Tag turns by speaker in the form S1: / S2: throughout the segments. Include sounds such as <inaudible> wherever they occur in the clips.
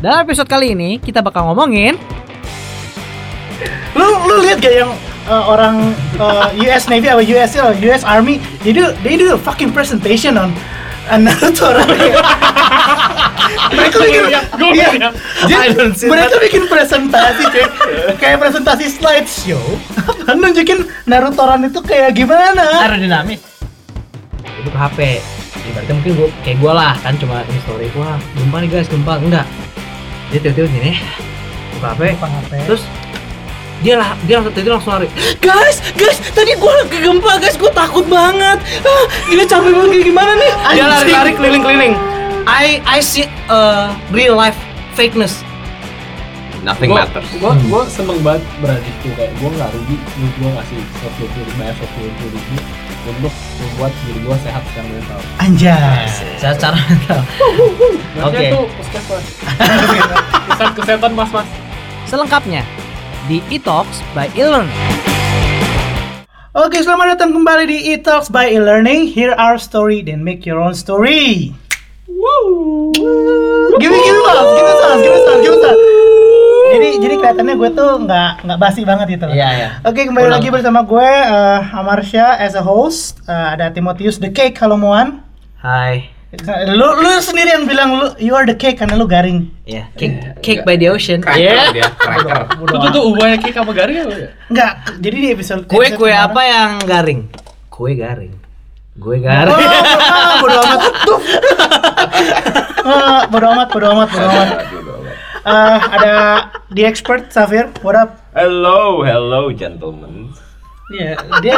S1: Dalam episode kali ini kita bakal ngomongin
S2: lu lu lihat gak yang uh, orang uh, US Navy atau US or US eh, Army they do they do a fucking presentation on on
S3: <laughs>
S2: Naruto right? mereka bikin
S3: Gua
S2: Iya.
S3: liat.
S2: Dia-
S3: I don't see
S2: mereka bikin presentasi
S3: <laughs>
S2: cuy kayak presentasi slideshow <laughs> nunjukin Narutoran itu kayak gimana
S3: aerodinamis
S4: itu ke HP ibaratnya mungkin gua kayak gua lah kan cuma ini story wah gempa nih guys gempa enggak dia tiba-tiba gini buka HP
S2: Buka HP.
S4: terus dia lah dia langsung tiba langsung lari
S3: Guys, guys, tadi gua kegempa guys, gua takut banget. Ah, gila capek banget kayak gimana nih?
S2: Anjing.
S3: Dia lari-lari keliling-keliling. I I see uh, real life fakeness.
S5: Nothing
S6: gua,
S5: matters.
S6: gua, gua seneng banget beradiktif kayak gua nggak rugi gua, gua ngasih 120 bayar 120 ribu untuk membuat diri gua sehat secara mental
S2: anjay
S4: saya cara
S3: <laughs>
S4: mental
S6: Nanti
S4: Oke.
S6: itu <laughs> puskesmas pusat kesehatan mas mas
S1: selengkapnya di Etox by Ilon.
S2: Oke, selamat datang kembali di E-Talks by E-Learning. Hear our story, then make your own story. Woo. Give me, give me sounds, give me sounds, give me sounds, give me sounds. Jadi, jadi kelihatannya gue tuh nggak nggak basi banget gitu.
S4: Iya, iya.
S2: Oke, kembali lagi bersama gue eh, Amarsya as a host. Eh, ada Timotius the Cake, halo Moan.
S4: hai
S2: Lu, lu sendiri yang bilang lu you are the cake karena lu garing.
S4: ya cake, cake by the ocean
S5: Cracker dia, cracker.
S6: itu tuh ubahnya kayak apa garing apa ya
S2: Enggak, jadi di episode
S4: kue
S2: episode
S4: kue
S2: kemarin-
S4: apa yang garing kue garing gue garing
S2: Oh, bodo amat. Eh, bodo amat, bodo amat, bodo amat. Eh, ada the expert Safir, what up?
S5: Hello, hello gentlemen.
S2: Iya, dia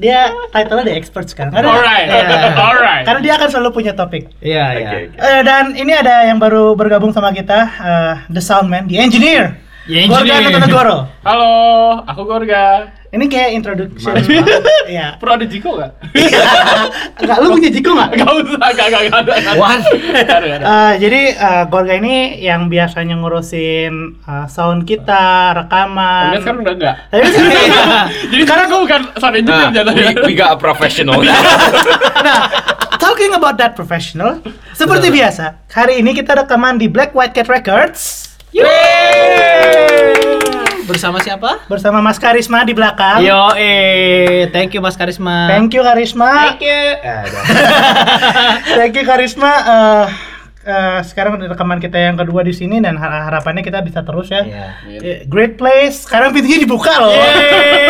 S2: dia title-nya the expert sekarang. Karena, Iya.
S6: alright alright
S2: karena dia akan selalu punya topik.
S4: iya
S5: Oke,
S4: iya <laughs>
S5: oke.
S2: Eh, dan ini ada yang baru bergabung sama kita, eh, the soundman, the engineer.
S3: Ya,
S2: Gorga Nutonegoro.
S6: halo aku Gorga
S2: Ini kayak introduction. Iya.
S6: perlu ada Jiko nggak
S2: <laughs>
S6: <laughs>
S2: Enggak, lu punya jiku nggak?
S6: nggak usah nggak nggak nggak ada nggak
S4: Wan
S6: ada, nggak ada
S2: Eh, jadi eh, Gorga ini yang biasanya ngurusin eh, sound kita, rekaman.
S6: Tapi sekarang udah enggak.
S2: Tapi sekarang-
S6: Jadi sekarang gua bukan sound engineer
S5: Nah,
S4: ya.
S6: jatuhnya.
S5: we, we
S6: <laughs>
S5: got a professional.
S4: <laughs>
S2: nah, talking about that professional, seperti biasa, hari ini kita rekaman di Black White Cat Records
S4: Oh, bersama siapa
S2: bersama Mas Karisma di belakang.
S4: yo eh thank you mas karisma
S2: Thank you Karisma.
S4: you
S2: <laughs> Thank you Karisma. Eh, eh, sekarang rekaman kita yang kedua di sini dan har- harapannya kita bisa terus ya.
S4: Iya.
S2: Eh, Great place. Sekarang pintunya dibuka loh.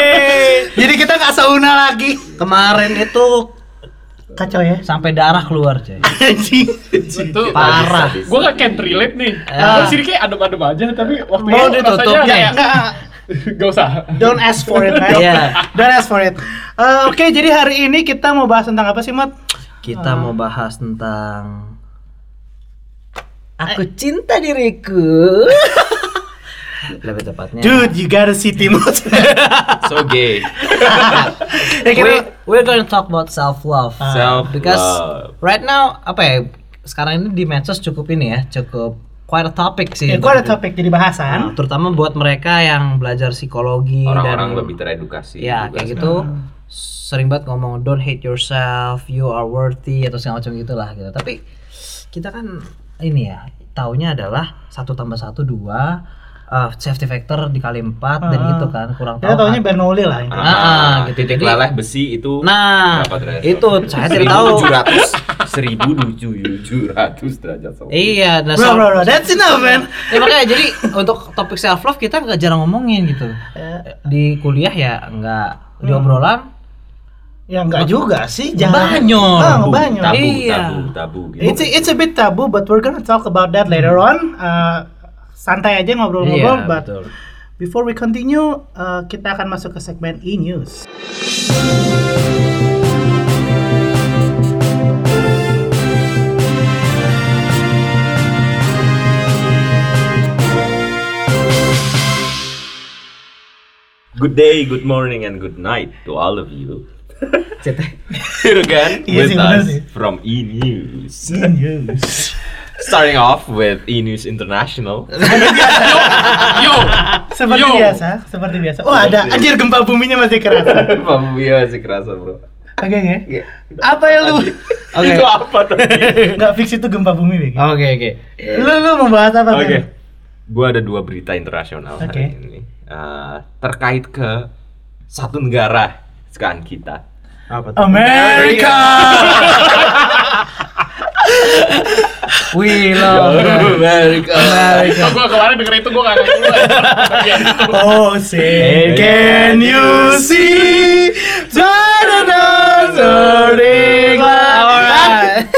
S2: <laughs> Jadi kita nggak sauna lagi.
S4: kemarin itu
S2: Kacau ya.
S4: sampai darah keluar cuy
S2: Anjing. <laughs>
S6: Itu
S4: parah
S6: Gua gak can relate nih. Gua
S4: Ah.
S6: sini kayak adem-adem aja tapi waktu
S4: Mau
S6: itu
S4: ditutup
S6: rasanya
S4: nggak
S6: kayak <laughs>
S4: ya?
S2: Nggak,
S6: gak usah.
S2: Don't ask for it, man.
S4: Iya.
S2: Don't ask for it. Eh, Oke, jadi hari ini kita mau bahas tentang apa sih, Mat?
S4: kita mau bahas tentang aku cinta diriku <laughs> lebih tepatnya
S2: Dude, you gotta see <laughs> Timothy.
S5: so
S2: ya,
S5: gay.
S4: we Ah.
S2: kita,
S4: we're gonna talk about self love
S5: Self
S4: because
S5: love.
S4: right now apa ya sekarang ini di medsos cukup ini ya cukup Eh, quite a topic sih
S2: ya, gua ada topik
S4: Nah,
S2: jadi bahasan.
S4: terutama buat mereka yang belajar psikologi
S5: Orang-orang
S4: dan
S5: lebih teredukasi.
S4: ya kayak
S5: juga sekarang.
S4: gitu sering banget ngomong don't hate yourself you are worthy atau segala macam gitulah gitu tapi kita kan ini ya taunya adalah satu tambah satu dua eh, safety factor dikali empat dan
S2: Ah.
S4: gitu kan kurang
S2: Kita
S4: tahu
S2: taunya Bernoulli lah. ini.
S5: Ah,
S4: Ah, gitu.
S5: titik
S4: Jadi-
S5: leleh besi itu
S4: nah
S5: berapa derajat?
S4: itu saya tidak tahu
S5: 1700 1700 derajat Celsius.
S4: iya nah
S2: Bro,
S4: self-
S2: bro, bro, that's enough, man.
S4: <laughs> Ya, makanya jadi untuk topik self love kita nggak jarang ngomongin gitu
S2: Eh,
S4: di kuliah ya nggak di
S2: Hmm.
S4: obrolan
S2: Ya enggak juga sih, jangan.
S4: banyak
S2: Ah,
S5: Tabu,
S2: banyak.
S5: tabu,
S4: Iya.
S5: tabu, tabu, gitu.
S2: It's a, it's a bit taboo, but we're gonna talk about that later on. Eh, santai aja
S4: Iya,
S2: ngobrol-ngobrol, but
S4: betul.
S2: before we continue, eh, kita akan masuk ke segmen e-news.
S5: Good day, good morning, and good night to all of you. <laughs> Here again
S2: Iya
S5: with
S2: sih, bener
S5: us
S2: sih.
S5: from E News.
S2: E-news.
S5: Starting off with E News International.
S6: Yo,
S2: seperti
S6: Yo.
S2: biasa, seperti biasa. Oh, ada anjir gempa buminya masih kerasa.
S5: Pembia masih kerasa bro.
S2: Oke oke.
S5: Iya.
S2: Apa ya lu?
S4: Oke.
S5: Itu apa tadi?
S2: Nggak fix itu gempa bumi Begi.
S4: Oke oke.
S2: Lu lu mau bahas apa?
S5: Oh, iya. Oke.
S2: Begi?
S5: Gua ada dua berita internasional hari
S2: Oke.
S5: ini. Eh, terkait ke satu negara sekarang kita.
S4: Apa tuh?
S2: America.
S4: We
S2: <laughs>
S4: love
S5: Amerika.
S4: America.
S7: gue Nah, kemarin denger itu gue gak ngerti
S2: Oh say, can you see the turning light?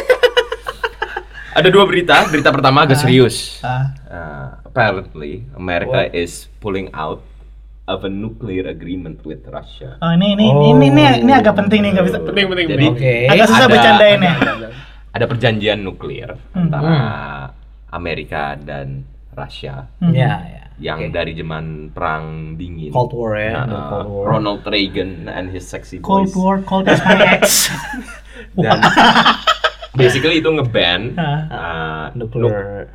S5: Ada dua berita. Berita pertama agak serius.
S2: Ah.
S5: Uh, apparently, America is pulling out of a nuclear agreement with Russia.
S2: Oh ini ini ini ini ini agak penting nih nggak bisa.
S7: Penting, penting,
S5: Jadi,
S7: penting.
S4: Oke.
S2: Agak susah
S5: ada-
S2: bercandain ya.
S5: Ada perjanjian nuklir
S4: Hmm.
S5: antara Amerika dan Rusia
S4: Ya ya.
S5: yang dari zaman perang dingin.
S4: Cold War ya,
S5: Uh,
S4: the Cold War.
S5: Ronald Reagan and his sexy
S2: Cold
S5: voice.
S2: War, Cold as my ex.
S5: Dan basically
S4: <laughs>
S5: itu
S4: Ah.
S5: ngeban uh,
S4: Nuclear.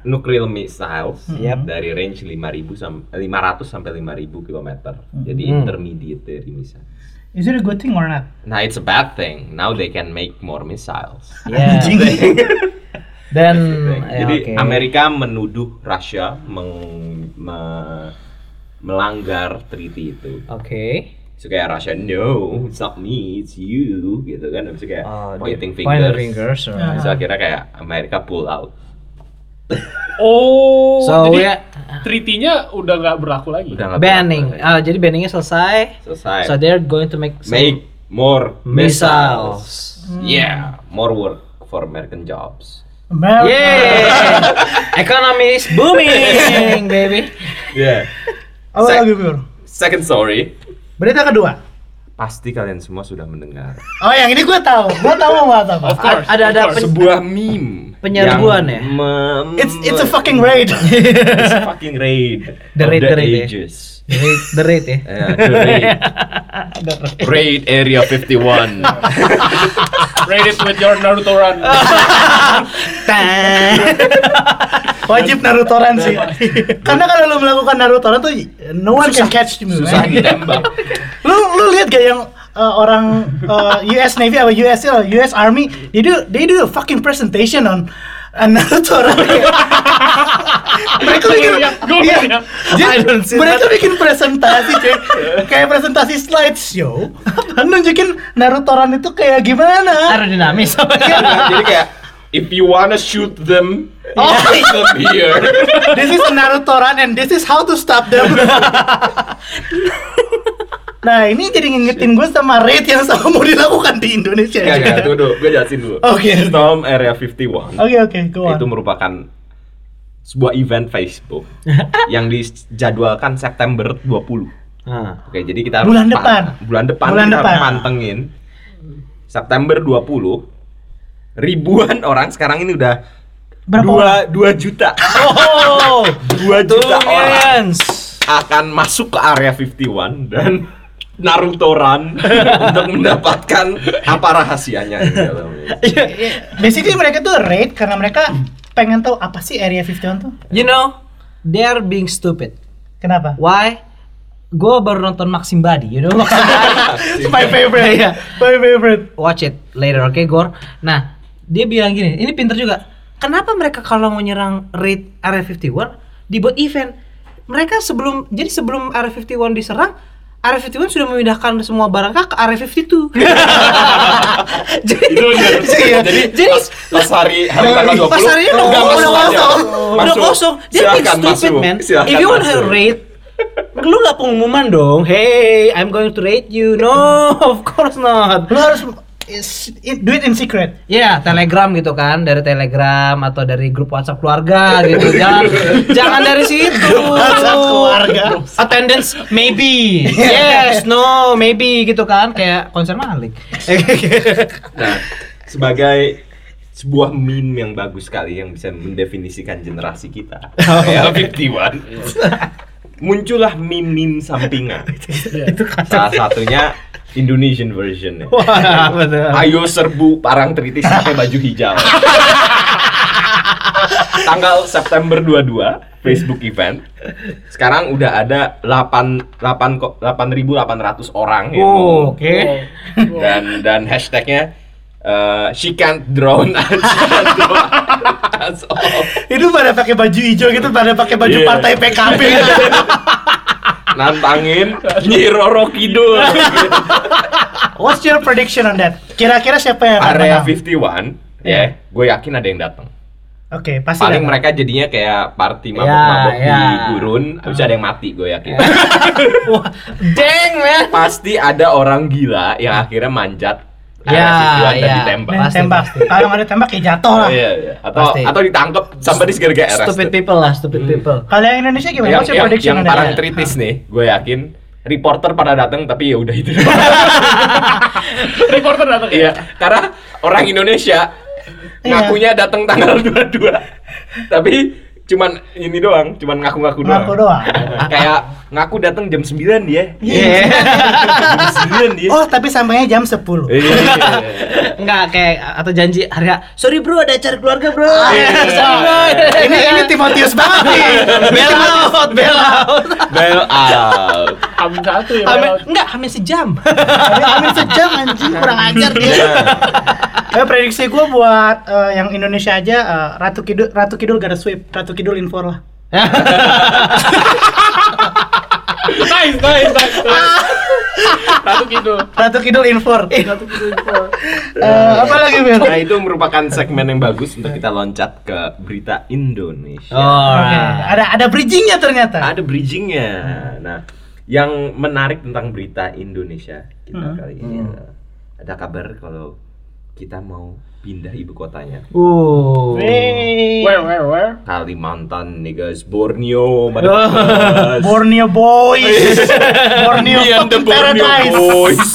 S5: nuk- nuclear missiles
S4: Hmm. Yep.
S5: dari range 5000 sam- 500 sampai 5000 kilometer. Jadi
S4: Hmm.
S5: intermediate dari missile.
S2: Is it a good thing or not?
S5: Nah, it's a bad thing. Now they can make more missiles.
S2: <laughs>
S4: Ya. Dan
S5: Hmm,
S4: ya,
S5: Jadi
S4: oke.
S5: Amerika menuduh Rusia meng- me- melanggar treaty itu.
S4: Oke.
S5: So kayak Rusia, no, it's not me, it's you, gitu kan. Habis itu kayak
S4: Oh,
S5: pointing Ah.
S4: di-
S5: fingers. Nah,
S4: Pointing fingers. alright.
S5: Habis itu akhirnya kayak Amerika pull out.
S7: <laughs> Oh,
S4: So
S7: jadi
S4: ya
S7: treaty-nya udah gak berlaku lagi.
S5: Udah nggak
S4: banning.
S5: berlaku.
S4: Ah, jadi banningnya selesai.
S5: Selesai.
S4: So they're going to make some
S5: Make more missiles.
S4: missiles.
S5: Yeah, more work for American jobs.
S2: America.
S4: <laughs> Yeah, economy is <laughs> booming, baby.
S5: Yeah.
S2: Apa
S5: Sek-
S2: lagi Pur?
S5: <laughs> Second story.
S2: Berita kedua.
S5: Pasti kalian semua sudah mendengar.
S2: Oh yang ini gue tahu. Gue tahu mau bahas apa.
S7: course,
S4: Ada ada
S7: of
S4: pen-
S7: course.
S5: sebuah meme
S4: Penyerbuan ya?
S5: yang me-
S2: It's it's a fucking raid.
S7: <laughs>
S5: it's a fucking raid
S4: The
S5: of
S4: raid, the raid ya.
S5: ages
S4: the rate, the rate <laughs> ya.
S5: yeah, the raid raid area
S7: <laughs>
S5: 51
S7: Read it with your Naruto run.
S2: Wajib Narutoran sih. Karena kalau lu melakukan Narutoran tuh no one can catch you. man.
S5: susah
S7: gitu ya.
S5: ditembak
S2: Lu lu lihat gak yang uh, orang uh, US Navy atau US or US uh, Army they do they do a fucking presentation on uh,
S7: <laughs>
S2: Narutoran. mereka bikin
S7: lihat, gua
S2: Iya.
S7: lihat.
S2: Jadi, mereka bikin presentasi
S7: <laughs>
S2: cuy. kayak presentasi slideshow nunjukin Narutoran itu kayak gimana
S4: <laughs> Aerodinamis.
S5: jadi kayak if you wanna shoot them
S2: Oh.
S5: <laughs> shoot them here
S2: This is a Naruto run and this is how to stop them. nah ini jadi ngingetin gue sama raid yang sama mau dilakukan di Indonesia.
S5: Gak, gak, tunggu dulu, gue jelasin dulu
S2: Oke.
S5: Storm Area 51
S2: Oke oke, go on.
S5: Itu merupakan sebuah event
S2: <laughs>
S5: Facebook Yang dijadwalkan September 20
S4: Ah,
S5: Oke, jadi kita
S2: Bulan
S5: pan-
S2: depan.
S5: Bulan depan
S2: Bulan
S5: kita
S2: depan.
S5: harus pantengin. September 20 ribuan orang sekarang ini udah
S2: Berapa
S5: dua dua juta.
S4: Oh,
S5: dua
S4: two
S5: juta orang
S4: millions.
S5: akan masuk ke area 51 dan Naruto
S4: <laughs>
S5: Run untuk mendapatkan apa rahasianya di dalamnya.
S2: <laughs> Basically mereka tuh raid karena mereka pengen tahu apa sih Area 51 tuh?
S4: You know, they're being stupid.
S2: Kenapa?
S4: Why? Gue baru nonton Maxim Body, you know Maxim Body.
S2: It's my favorite ya, my favorite.
S4: Watch it later, oke Gor. Nah, dia bilang gini, ini pinter juga. Kenapa mereka kalau mau nyerang raid Area 51 dibuat event? Mereka sebelum jadi sebelum Area 51 diserang, Area 51 sudah memindahkan semua barang ke Area
S2: <laughs>
S4: 52. <laughs> jadi,
S5: Jadi,
S4: jadi
S5: pas, pas hari hari tanggal 20
S4: Pas hari ini udah,
S5: udah
S4: udah
S5: masuk aja.
S4: kosong, udah
S5: Masuk.
S4: kosong. Dia being
S5: Silakan
S4: stupid
S5: masuk.
S4: man.
S5: Silakan
S4: If you want to
S5: masuk.
S4: raid, lu nggak pengumuman dong. Hey, I'm going to raid you. No, <laughs> of course not.
S2: Lo harus is- it- do it in secret.
S4: Ya, Telegram gitu kan, dari Telegram atau dari grup WhatsApp keluarga
S5: <laughs>
S4: gitu. Jangan jangan dari situ.
S2: WhatsApp keluarga.
S4: Attendance
S5: <laughs>
S4: maybe. Yes, no, maybe gitu kan kayak konser Malik. <laughs>
S5: Nah, sebagai sebuah meme yang bagus sekali yang bisa mendefinisikan generasi kita. Ya, 51. Muncullah meme-meme sampingan. Salah satunya Indonesian version.
S2: <laughs>
S4: Wah, betul.
S5: Ayo serbu parang tritis pakai baju hijau. tanggal September 22 Facebook event. Sekarang udah ada 8 8 ko- 8.800 orang yang
S4: Oh,
S5: ngomong.
S4: oke.
S5: <laughs> dan dan hashtagnya eh, she can't drown <laughs> she can't drown us all.
S2: Itu pada pakai baju hijau gitu, pada pakai baju
S5: Iya.
S2: partai PKB
S5: <laughs>
S2: gitu.
S5: nantangin Nyiroro
S4: <laughs>
S5: Kidul
S2: What's your prediction on that? Kira-kira siapa yang akan
S5: area
S2: menang?
S5: 51 ya
S4: Iya.
S5: gue yakin ada yang datang
S2: Oke, pasti
S5: paling
S2: datang.
S5: mereka jadinya kayak party mabok-mabok
S4: Ya,
S5: di
S4: ya.
S5: gurun habis ada yang mati gue yakin
S4: Iya. Wah, dang man.
S5: <laughs> pasti ada orang gila yang
S4: Iya.
S5: akhirnya manjat
S4: Ya,
S5: area 51 dan
S4: ya.
S5: ditembak
S2: Dan
S4: Pasti,
S2: tembak.
S4: pasti.
S2: Kalau nggak ada tembak ya jatuh lah.
S5: Oh, iya, iya. atau
S4: Pasti.
S5: atau ditangkep somebody's gonna get
S4: Stupid
S5: arrested
S4: people lah, stupid
S5: Hmm.
S4: people.
S2: Kalau yang Indonesia gimana?
S5: yang,
S2: What's your
S5: yang,
S2: prediction
S5: yang
S2: on
S5: parang
S2: that?
S5: kritis nih gue yakin reporter pada datang tapi ya udah itu <laughs>
S7: Reporter datang ya.
S5: Iya, karena orang Indonesia
S2: Iya.
S5: ngakunya datang tanggal <laughs> 22. Tapi cuman ini doang, cuman ngaku-ngaku doang.
S2: Ngaku doang.
S5: <laughs> Kayak ngaku datang jam 9 dia.
S2: Iya.
S5: jam 9 dia.
S2: Oh, tapi sampainya jam 10.
S5: Iya.
S4: Enggak kayak atau janji Arya, sorry bro ada acara keluarga bro. Sorry bro.
S2: Iya. ini ini Timotius banget nih. <laughs>
S4: Bell out, bell out.
S5: Bail out.
S7: Amin satu ya.
S4: Amin,
S7: Bel.
S4: enggak, amin <laughs> sejam.
S2: Tapi amin sejam anjing kurang ajar dia. Ya, prediksi gue buat eh, yang Indonesia aja eh, Ratu Kidul Ratu Kidul gak ada sweep, Ratu Kidul info lah.
S7: Nice, nice, nice. nice. Satu gitu.
S2: Ratu Kidul info.
S7: Satu gitu. info.
S2: <laughs> Eh, apa lagi Bill?
S5: Nah, itu merupakan segmen yang bagus untuk kita loncat ke berita Indonesia.
S2: Oke,
S4: Alright.
S2: Ada ada bridgingnya ternyata.
S5: Ada bridgingnya. Nah, yang menarik tentang berita Indonesia kita kali ini adalah ada kabar kalau kita mau pindah ibu kotanya.
S4: Uh.
S2: Wey.
S7: Where, where, where?
S5: Kalimantan niggas Borneo
S2: <laughs>
S5: motherfuckers.
S2: Borneo Boys.
S5: <laughs>
S2: Borneo
S5: Me and the
S2: fucking
S5: Iya, Borneo
S2: Paradise.
S5: boys.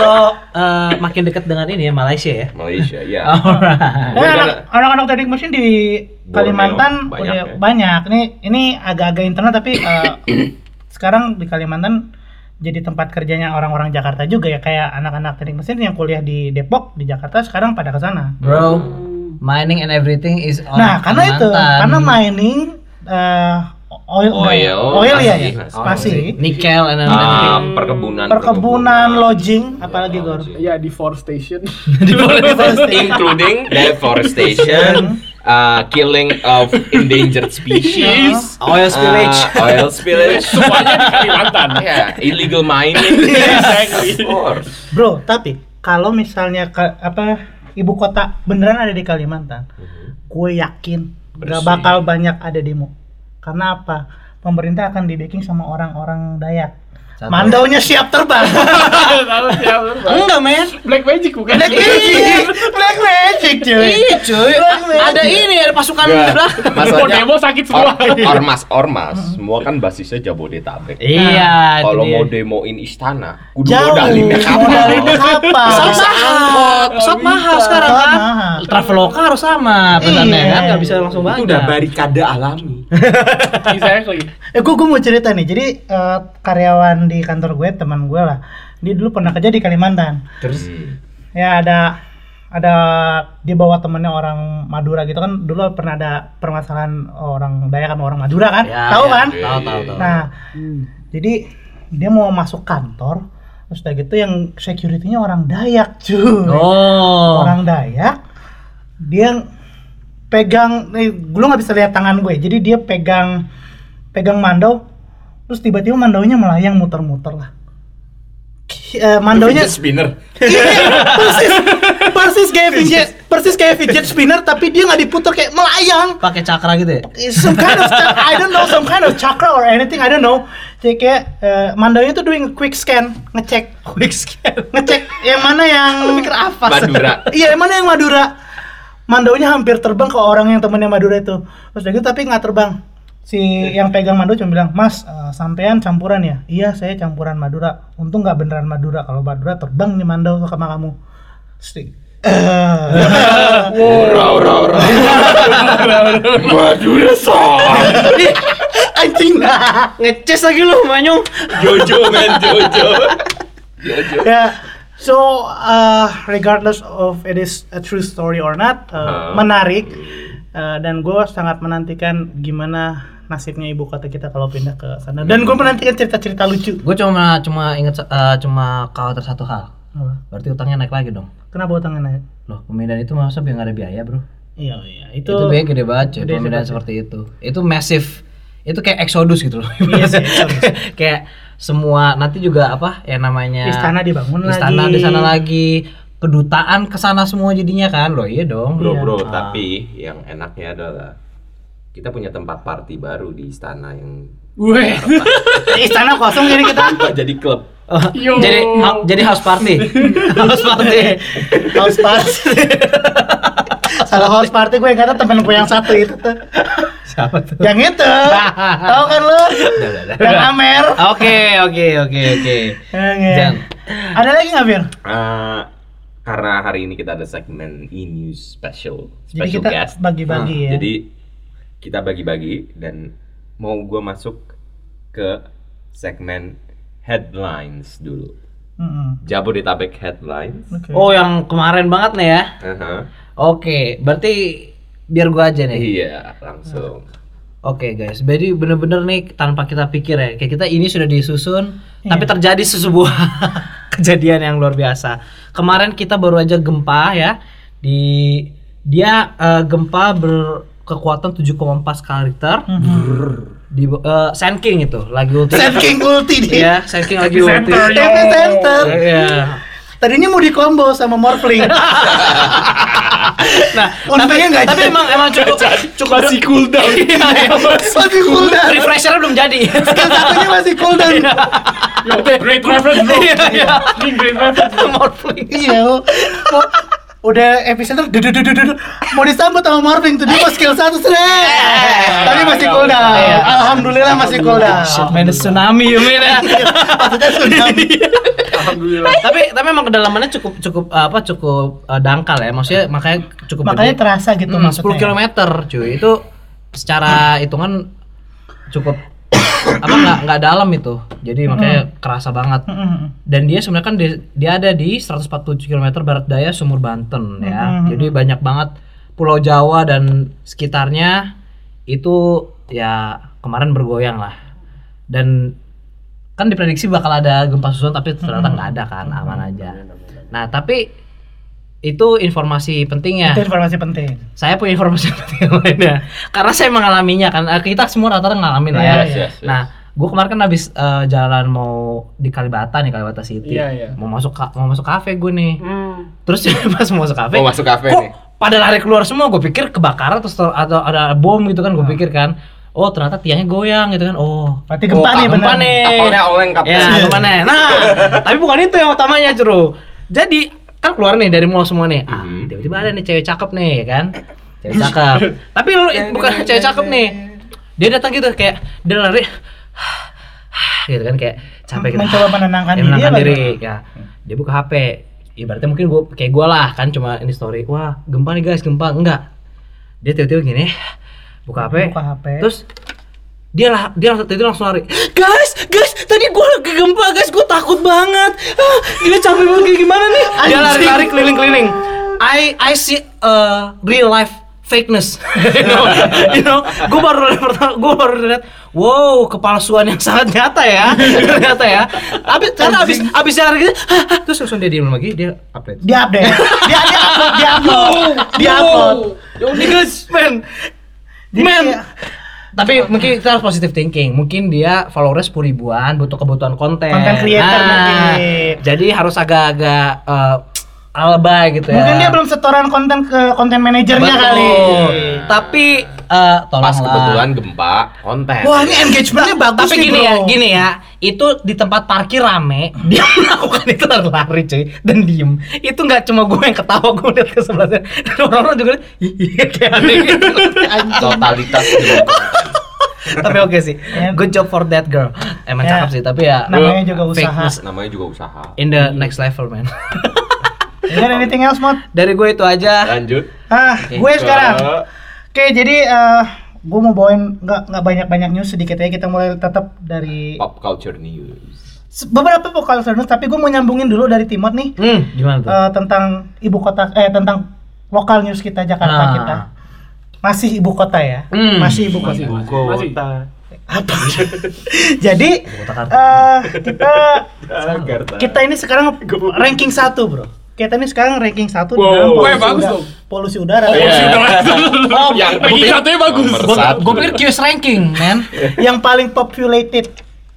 S4: So, eh, makin dekat dengan ini ya Malaysia ya.
S5: <laughs> Malaysia ya.
S4: Alright.
S2: Eh, anak- Anak-anak teknik mesin di Kalimantan
S5: banyak
S2: udah
S5: ya.
S2: banyak. Ini ini agak-agak internal tapi
S5: <coughs>
S2: eh, sekarang di Kalimantan jadi tempat kerjanya orang-orang Jakarta juga ya kayak anak-anak teknik mesin yang kuliah di Depok di Jakarta sekarang pada ke sana.
S4: Bro, mining and everything is
S5: Oh,
S4: on
S2: Nah, karena itu
S4: Kalimantan.
S2: karena mining eh, oil
S5: Oil,
S2: oil ya, ya?
S5: masih, masih.
S2: pasti
S4: Nickel and everything.
S5: Um, perkebunan. Iya,
S2: perkebunan, lodging, apalagi gor.
S5: lodging.
S7: Ya deforestation.
S5: including deforestation, uh, killing of endangered species,
S4: Oil spillage.
S5: uh, oil
S7: <laughs>
S5: spillage,
S7: Semuanya di Kalimantan.
S5: yeah, Iya, illegal mining.
S7: Exactly.
S5: Of course.
S2: Bro, tapi kalau misalnya ke, apa ibu kota beneran ada di Kalimantan, gue yakin gak
S5: Bersih.
S2: bakal banyak ada demo. Karena apa? Pemerintah akan dibeking sama orang-orang Dayak.
S4: Satu.
S2: Mandaunya siap terbang.
S7: Tahu siapa?
S4: Enggak, men.
S7: Black magic bukan?
S2: Black magic, black magic cuy.
S4: Iya, cuy.
S2: Black magic.
S4: Ada ini, ada pasukan
S5: Nggak,
S4: di belah.
S7: Mau
S5: Iya. Masalahnya
S7: demo sakit
S5: or-
S7: semua.
S5: ormas ormas semua kan basisnya Jabodetabek. Nah,
S4: Iya, itu
S5: Kalau
S4: dia.
S5: mau demoin istana, kudu
S2: Jauh.
S5: modalinnya
S2: Modalin ya.
S5: kapal.
S4: <laughs>
S2: kapal.
S4: Pesawat mahal,
S2: Oh,
S4: pesawat mahal sekarang
S2: Pesawat
S4: kan.
S2: mahal.
S4: Traveloka harus sama pesannya
S2: Iya.
S4: kan, nggak bisa langsung banyak.
S5: barikade alami.
S7: Exactly.
S2: Eh, gue gue mau cerita nih. Jadi eh, karyawan di kantor gue, teman gue lah, dia dulu pernah kerja di Kalimantan.
S4: Terus
S5: Hmm.
S2: ya ada ada dia bawa temennya orang Madura gitu kan dulu pernah ada permasalahan orang Dayak sama orang Madura kan
S4: Ya,
S2: tahu
S4: ya.
S2: kan
S4: tahu tahu tahu.
S2: nah jadi dia mau masuk kantor terus udah gitu yang security-nya orang Dayak cuy
S4: Oh.
S2: orang Dayak dia pegang eh, lu nggak bisa lihat tangan gue jadi dia pegang pegang mandau terus tiba-tiba mandaunya melayang muter-muter lah Ki- eh, mandaunya
S5: Fidget spinner.
S2: Iya, persis persis kayak fidget persis kayak fidget spinner tapi dia nggak diputar kayak melayang
S4: Pakai cakra gitu ya?
S2: some kind of stuff, I don't know some kind of chakra or anything I don't know jadi kayak eh, mandaunya tuh doing quick scan ngecek quick scan ngecek yang mana yang
S3: <laughs>
S2: mikir apa
S5: Madura.
S2: iya yang mana yang Madura mandaunya hampir terbang ke orang yang temennya Madura itu terus udah gitu tapi nggak terbang si yang pegang mandau cuma bilang mas eh, sampean campuran ya iya saya campuran Madura untung nggak beneran Madura kalau Madura terbang nih mandau sama kamu "Eh." Sting.
S5: Rau rau rau. Madura song.
S2: anjing
S3: Ngeces lagi lu, Manyung.
S5: Jojo men Jojo. Jojo.
S2: yeah. So uh, regardless of it is a true story or not, uh,
S5: Huh.
S2: menarik. Eh, dan gue sangat menantikan gimana nasibnya ibu kota kita kalau pindah ke sana. Dan gue menantikan cerita-cerita lucu.
S4: Gue cuma cuma inget eh, cuma khawatir satu hal. Berarti utangnya naik lagi dong.
S2: Kenapa utangnya naik?
S4: Loh, pemindahan itu masa biar nggak ada biaya, bro?
S2: Iya, iya.
S4: Itu,
S2: Itu,
S4: biaya gede banget, coy.
S2: gede
S4: Pemindahan
S2: banget.
S4: seperti itu. Itu masif. Itu kayak exodus gitu loh.
S2: Iya sih, exodus.
S4: <laughs> kayak semua nanti juga apa ya namanya
S2: istana dibangun
S4: istana
S2: lagi.
S4: di sana lagi kedutaan ke sana semua jadinya kan loh iya dong
S5: Bro
S2: Iya.
S5: bro, tapi yang enaknya adalah kita punya tempat party baru di istana yang
S7: Weh.
S2: <laughs> Istana kosong jadi kita
S5: jadi klub.
S4: Oh,
S7: Yo.
S4: jadi ha- jadi house <laughs> party house party
S2: house party. <laughs> Salah house party gue yang kata temen gue yang satu itu tuh.
S4: siapa tuh
S2: Yang
S4: <laughs>
S2: itu. Tahu kan lu? Yang Amer.
S4: oke oke oke oke
S2: Yang
S4: Jan.
S2: <laughs> Ada lagi nggak Fir?
S5: Eh, karena hari ini kita ada segmen e-news special,
S2: Jadi
S5: special
S2: kita
S5: guest.
S4: Hmm,
S5: Hmm,
S2: bagi-bagi ya.
S5: Jadi kita bagi-bagi dan mau gua masuk ke segmen headlines dulu.
S2: Mm-mm.
S5: Jabodetabek headlines.
S2: Oke.
S5: Uh-huh.
S2: <laughs>
S4: oh yang kemarin banget nih ya
S5: Aha.
S4: Oke, berarti biar gua aja nih.
S5: Iya, langsung.
S4: Oke guys, jadi bener-bener nih tanpa kita pikir ya, kayak kita ini sudah disusun, tapi terjadi sesebuah <laughs> kejadian yang luar biasa. Kemarin kita baru aja gempa ya, di dia eh, gempa berkekuatan 7,4 skala Richter di eh, Sand King itu lagi ulti.
S2: Sand King ulti dia.
S4: Iya, Sand King lagi ulti.
S2: Epicenter.
S4: Iya.
S2: Tadinya mau dikombo sama
S4: <laughs>
S2: Morphling. <laughs>
S4: Nah, tapi,
S2: Untungnya Oh, nggak
S4: tapi
S2: jadi.
S4: emang emang
S2: <laughs>
S4: cukup cukup
S7: Masih cooldown.
S4: <laughs> Iya, emang.
S2: masih cooldown.
S4: Refresher belum jadi. <laughs>
S2: Skill satunya masih cooldown.
S7: Yo, great reference bro.
S4: Iya, iya.
S7: Ini great reference.
S4: Morphling.
S2: iya. oh. Oh, Udah epicenter dududududu. mau disambut sama Morphling tuh dia mau skill satu seret.
S4: <laughs>
S2: Tapi masih cooldown.
S4: Iya.
S2: Alhamdulillah masih cooldown.
S4: Shit, main tsunami you mean Iya. ya.
S2: Maksudnya sudah
S4: <laughs>
S7: Alhamdulillah.
S4: tapi tapi emang kedalamannya cukup cukup apa cukup eh, dangkal ya. Maksudnya makanya cukup
S2: makanya
S4: gede.
S2: terasa gitu
S4: Hmm, 10
S2: maksudnya.
S4: km cuy. Itu secara hitungan cukup <coughs> apa nggak nggak dalam itu. Jadi makanya kerasa banget.
S2: Mm-mm.
S4: Dan dia sebenarnya kan di- dia ada di 147 km barat daya Sumur Banten ya.
S2: Mhm.
S4: Jadi banyak banget Pulau Jawa dan sekitarnya itu ya kemarin bergoyang lah. Dan kan diprediksi bakal ada gempa susulan tapi ternyata nggak ada kan aman aja. Nah tapi itu informasi
S2: Itu
S4: pentingnya.
S2: informasi penting.
S4: Saya punya informasi <laughs> penting yang lainnya.
S5: Iya.
S4: Karena saya mengalaminya kan Eh, kita semua rata-rata ngalamin lah ya.
S2: Iya,
S5: Yes,
S2: iya.
S5: yes, yes.
S4: Nah, gue kemarin kan habis eh, jalan mau di Kalibata nih Kalibata City.
S6: Iya, iya.
S4: Mau masuk ka- mau masuk kafe gue nih. Terus <laughs> pas mau masuk kafe,
S5: Mau masuk kafe
S4: kok
S5: nih.
S4: pada lari keluar semua. Gue pikir kebakaran terus ter- atau ada bom gitu kan. Gue
S5: Nah.
S4: pikir kan, oh ternyata tiangnya goyang gitu kan. Oh,
S2: Berarti gempa
S4: oh,
S2: nih
S4: gempa
S2: benar.
S4: nih.
S5: Kapalnya oleng kapal.
S4: Ya, kemana? Nah, tapi bukan itu yang utamanya, Curu. Jadi, kan keluar nih dari mall semua nih. Ah,
S2: Hmm.
S5: Mhm.
S4: tiba-tiba ada nih cewek cakep nih, ya kan? Cewek
S2: <laughs>
S4: cakep. tapi lu
S5: <laughs>
S4: bukan cewek cakep nih. Dia datang gitu kayak dia lari <sighs> gitu kan kayak capek gitu.
S2: Mencoba menenangkan
S4: Dia
S2: diri gitu.
S4: menenangkan
S2: lagi.
S4: diri. Ya. Dia buka HP. Ibaratnya mungkin gua kayak gua lah kan cuma ini story. Wah, gempa nih guys, gempa. Enggak. Dia tiba-tiba gini. Buka HP.
S2: Buka HP.
S4: Terus dia lah dia langsung itu langsung lari.
S3: Guys, guys, tadi gue kegempa guys, gue takut banget. Ah, gila capek banget kayak gimana nih?
S4: dia lari-lari keliling-keliling. I I see uh, real life fakeness. <laughs> you know, you know? gue baru lihat pertama, gue baru lihat, wow, kepalsuan yang sangat nyata ya, <laughs> ternyata ya. Tapi ternyata abis abis dia lari gitu, "Hah, hah." terus langsung dia diem lagi, dia update.
S2: Dia update. Dia dia upload, dia upload. Dia upload.
S4: Yo niggas man, man.
S2: kayak-
S4: Tapi mungkin kita harus positive thinking. Mungkin dia followersnya 10 ribuan, butuh kebutuhan konten. Nah,
S2: Content creator mungkin.
S4: Jadi harus agak-agak eh, alay gitu ya.
S2: Mungkin dia belum setoran konten ke konten manajernya
S4: Betul.
S2: kali.
S4: Tapi eh tolonglah.
S5: Pas kebetulan gempa konten.
S2: Wah, ini engagementnya bagus
S4: Tapi
S2: nih,
S4: gini
S2: bro.
S4: ya, gini ya, itu di tempat parkir rame, <laughs> dia melakukan itu lari-lari cuy dan diem. Itu nggak cuma gue yang ketawa, gue lihat ke sebelahnya dan orang-orang juga liat, "Ih, ih, kayak aneh gitu.
S5: Totalitas gempa.
S4: <laughs> tapi oke sih,
S3: Iya,
S4: good job for that girl. Emang
S2: Ya.
S4: cakep sih, tapi ya
S3: Nah.
S2: Namanya
S4: lu
S2: juga usaha.
S4: fakeness
S5: namanya juga usaha.
S4: in the next level man. <laughs>
S2: Is there anything else, Mot?
S4: Dari gue itu aja.
S5: Lanjut.
S2: Ah, gue
S5: Ke-
S2: sekarang. Oke, jadi eh gue mau bawain nggak nggak banyak-banyak news sedikit ya. Kita mulai tetap dari
S5: Pop culture news.
S2: se- beberapa vokal news, tapi gue mau nyambungin dulu dari Timot nih
S4: Hmm, gimana tuh?
S2: eh, tentang ibu kota eh tentang lokal news kita Jakarta
S4: Nah.
S2: kita. masih ibu kota ya
S7: Hmm.
S2: masih ibu kota
S7: Masih. Masih.
S5: Kota
S2: apa jadi
S4: kota Kartini.
S2: eh, kita
S5: Jakarta.
S2: kita ini sekarang ranking satu bro kita ini sekarang ranking satu di
S7: Wow.
S2: dalam polusi,
S7: Weh, bagus
S2: udara,
S7: dong.
S2: polusi udara
S7: Oh,
S2: Iya.
S7: sudah.
S3: Oh,
S7: Yang
S3: gua pikir-
S7: satunya bagus.
S5: Nomor
S3: Gue
S5: satu.
S3: gue pikir QS ranking,
S5: <laughs>
S3: man.
S2: <laughs> yang paling populated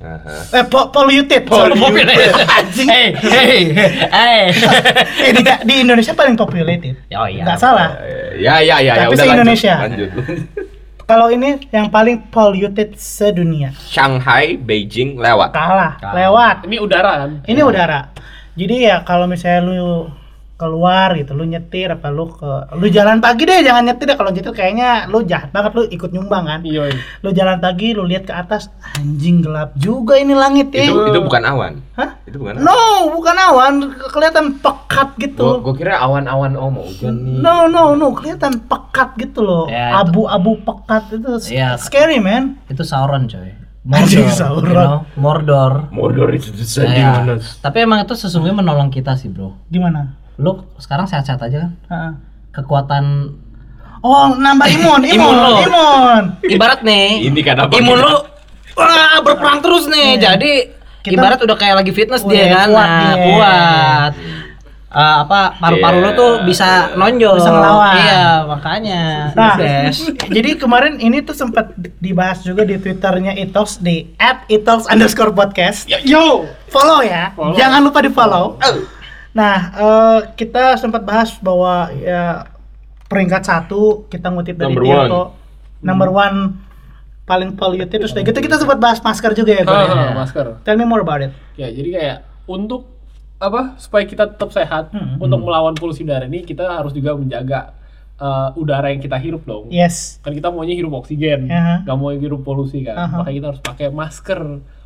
S5: Aha.
S2: eh po- polluted Anjing.
S3: Hey, hey,
S5: <laughs>
S3: hey.
S2: <laughs> Eh, di, di Indonesia paling populated
S4: Oh iya.
S2: nggak salah
S5: Ya ya ya ya
S2: Tapi
S5: udah lanjut.
S2: se-Indonesia.
S5: Lanjut.
S2: kalau ini yang paling polluted sedunia
S5: Shanghai, Beijing lewat.
S2: kalah
S4: Kalah.
S2: lewat
S7: Ini udara kan?
S2: ini
S5: Iya.
S2: udara jadi ya kalau misalnya lu keluar gitu lu nyetir apa lu ke lu jalan pagi deh jangan nyetir deh kalau nyetir kayaknya lu jahat banget lu ikut nyumbang kan
S7: Iya.
S2: lu jalan pagi lu lihat ke atas anjing gelap juga ini langit ya
S5: Itu itu bukan awan.
S2: Hah?
S5: Itu bukan awan.
S2: no bukan awan ke- kelihatan pekat
S5: Gua,
S2: gitu
S5: gua kira awan-awan oh mau hujan nih.
S2: no no no kelihatan pekat gitu loh
S4: Ya, itu-
S2: abu-abu pekat itu s-
S4: Iya.
S5: Ya.
S2: scary man
S4: Itu Sauron coy.
S2: Anjing,
S4: Mordor,
S2: Sauron.
S4: you know? Mordor.
S5: Mordor itu bisa
S4: Nah,
S5: di
S4: ya.
S5: mana?
S4: Tapi emang itu sesungguhnya menolong kita sih bro.
S2: gimana
S4: Lu sekarang sehat-sehat aja kan?
S2: Heeh.
S4: Kekuatan
S2: oh
S5: <laughs>
S2: nambah imun
S4: Imun
S2: imun
S4: lo.
S2: imun
S4: ibarat nih
S5: Iya. Ini kan kenapa
S4: imun
S5: kita-
S4: lu wah berperang terus nih jadi
S2: Hmm. Kita-
S4: ibarat udah kayak lagi fitness
S2: Udah
S4: dia kan
S2: kuat
S4: nah,
S2: dia.
S4: kuat Eh, apa paru-paru lu tuh
S5: Iya.
S4: bisa nonjol
S2: Bisa ngelawan.
S4: iya makanya
S2: Nah,
S4: Yes.
S2: <laughs> jadi kemarin ini tuh sempat dibahas juga di twitternya Itox di @itox underscore podcast.
S7: Yo.
S2: Follow ya,
S7: Follow. Oh.
S2: jangan lupa di follow. Nah, eh, kita sempat bahas bahwa ya, peringkat satu kita ngutip dari
S5: Number
S2: Tirto, number one paling polluted terus udah gitu kita sempat bahas masker juga ya. Bro.
S7: Ah, masker.
S2: Tell me more about it.
S7: Ya, jadi kayak untuk apa supaya kita tetap sehat
S2: Hmm.
S7: untuk melawan polusi udara ini kita harus juga menjaga eh, udara yang kita hirup dong.
S2: Yes.
S7: Kan kita maunya hirup oksigen,
S2: Aha.
S7: nggak mau hirup polusi kan.
S2: Aha.
S7: Makanya kita harus pakai masker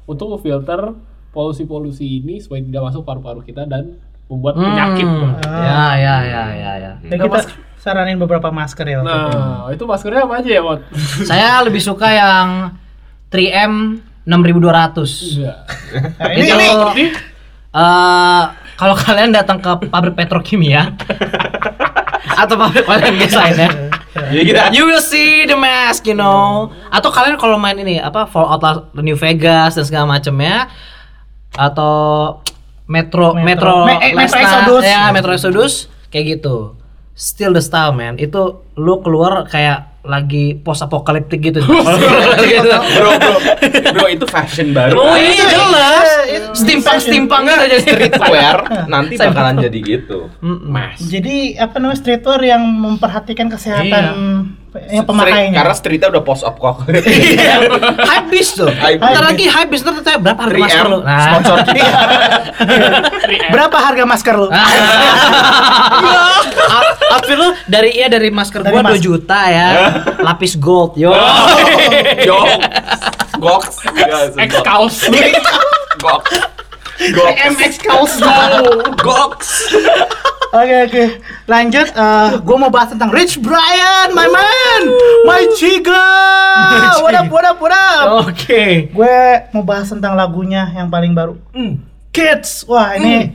S7: untuk filter polusi-polusi ini supaya tidak masuk paru-paru kita dan membuat
S4: Hmm.
S7: penyakit.
S4: ya ya ya ya ya
S2: Dan kita saranin beberapa masker ya. waktu itu.
S7: Nah, itu maskernya apa aja ya, <laughs> Mot?
S4: saya lebih suka yang 3M 6200
S7: Iya.
S2: Nah,
S4: Itu-
S2: ini, ini
S7: Seperti
S4: Eh, kalau kalian datang ke pabrik petrokimia <laughs> atau pabrik kalian gas lainnya
S5: Jadi Iya, kita
S4: <laughs>
S5: <laughs>
S4: You will see the mask, you know. Atau kalian kalau main ini apa Fallout Las- New Vegas dan segala macamnya atau Metro Metro
S2: Metro. Me- eh,
S4: Last
S2: Metro
S4: Night,
S2: Exodus.
S4: Ya, Metro Exodus kayak gitu. Still the style, man. Itu lu keluar kayak lagi post apokaliptik gitu. Gitu.
S5: Iya, bro bro bro itu fashion baru.
S4: Oh iya jelas.
S2: Eh, eh,
S4: Stimpang stimpang gitu jadi
S5: <laughs>
S2: Iya.
S5: Streetwear nanti
S4: Saya-
S5: bakalan jadi gitu. Mas.
S2: Jadi apa namanya streetwear yang memperhatikan kesehatan eh,
S5: Street-
S2: pemakainya.
S5: Karena streetnya udah post up <laughs> kok. Iya,
S4: Habis tuh.
S5: Hypebeast.
S4: Ntar lagi habis ntar tanya berapa harga masker
S5: 3M
S4: lu. Nah.
S5: sponsor kita.
S7: 3M.
S2: Iya. Berapa harga masker lu?
S4: Ah. Out- <laughs> Outfit lu dari iya dari masker
S2: Dari
S4: gua
S2: mas-
S4: 2 juta ya.
S2: <laughs>
S4: Lapis gold. Yo.
S5: Yo. Gox.
S7: X kaos.
S5: Gox. Gox.
S2: MX kaos.
S5: Gox.
S2: Oke oke. Lanjut eh, gua mau bahas tentang Rich Brian, my man. My chica. What up what up what up.
S4: Oke.
S2: Gue mau bahas tentang lagunya yang paling baru. Kids. Wah, ini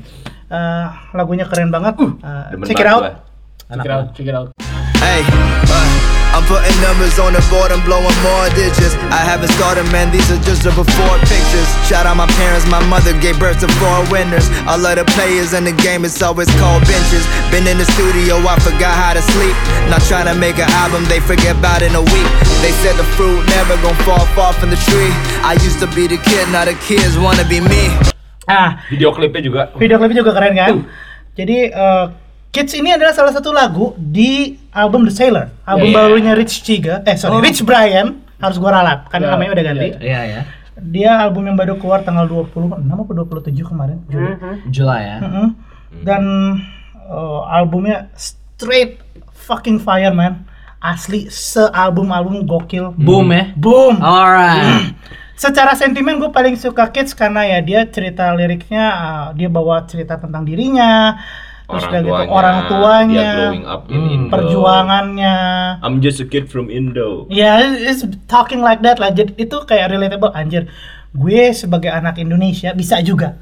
S2: eh, lagunya keren banget. Eh,
S5: Demen
S2: check it
S5: banget
S2: out.
S5: gua.
S7: Check it out, check it out.
S8: Hey, uh, I'm putting numbers on the board, I'm blowing more digits. I haven't started, man, these are just the before pictures. Shout out my parents, my mother gave birth to four winners. I love the players in the game, it's always cold benches. Been in the studio, I forgot how to sleep. Not trying to make an album, they forget about in a week. They said the fruit never gonna fall far from the tree. I used to be the kid, now the kids wanna be me.
S2: Ah,
S5: Video klipnya juga.
S2: Video klipnya juga keren kan? Jadi eh, Kids ini adalah salah satu lagu di album The Sailor,
S4: Iya.
S2: album
S7: Yeah.
S2: barunya Rich Chiga, eh sorry Rich Brian harus gua ralat karena
S7: Yeah.
S2: namanya udah ganti.
S4: Oh.
S7: Yeah.
S4: Iya ya.
S2: Dia album yang baru keluar tanggal 26 atau 27 kemarin. Juli.
S4: Jula ya.
S2: Mm-mm. Dan eh, albumnya straight fucking fire man, asli sealbum album gokil. Hmm.
S4: Boom ya.
S2: Boom. Hmm.
S4: Alright.
S2: Secara sentimen gue paling suka Kids karena ya dia cerita liriknya uh, dia bawa cerita tentang dirinya, terus udah gitu orang tuanya,
S5: Dia growing up in
S4: Hmm.
S5: Indo.
S2: perjuangannya.
S5: I'm just a kid from Indo.
S2: Ya, it's talking like that lah. Jadi itu kayak relatable anjir. Gue sebagai anak Indonesia bisa juga.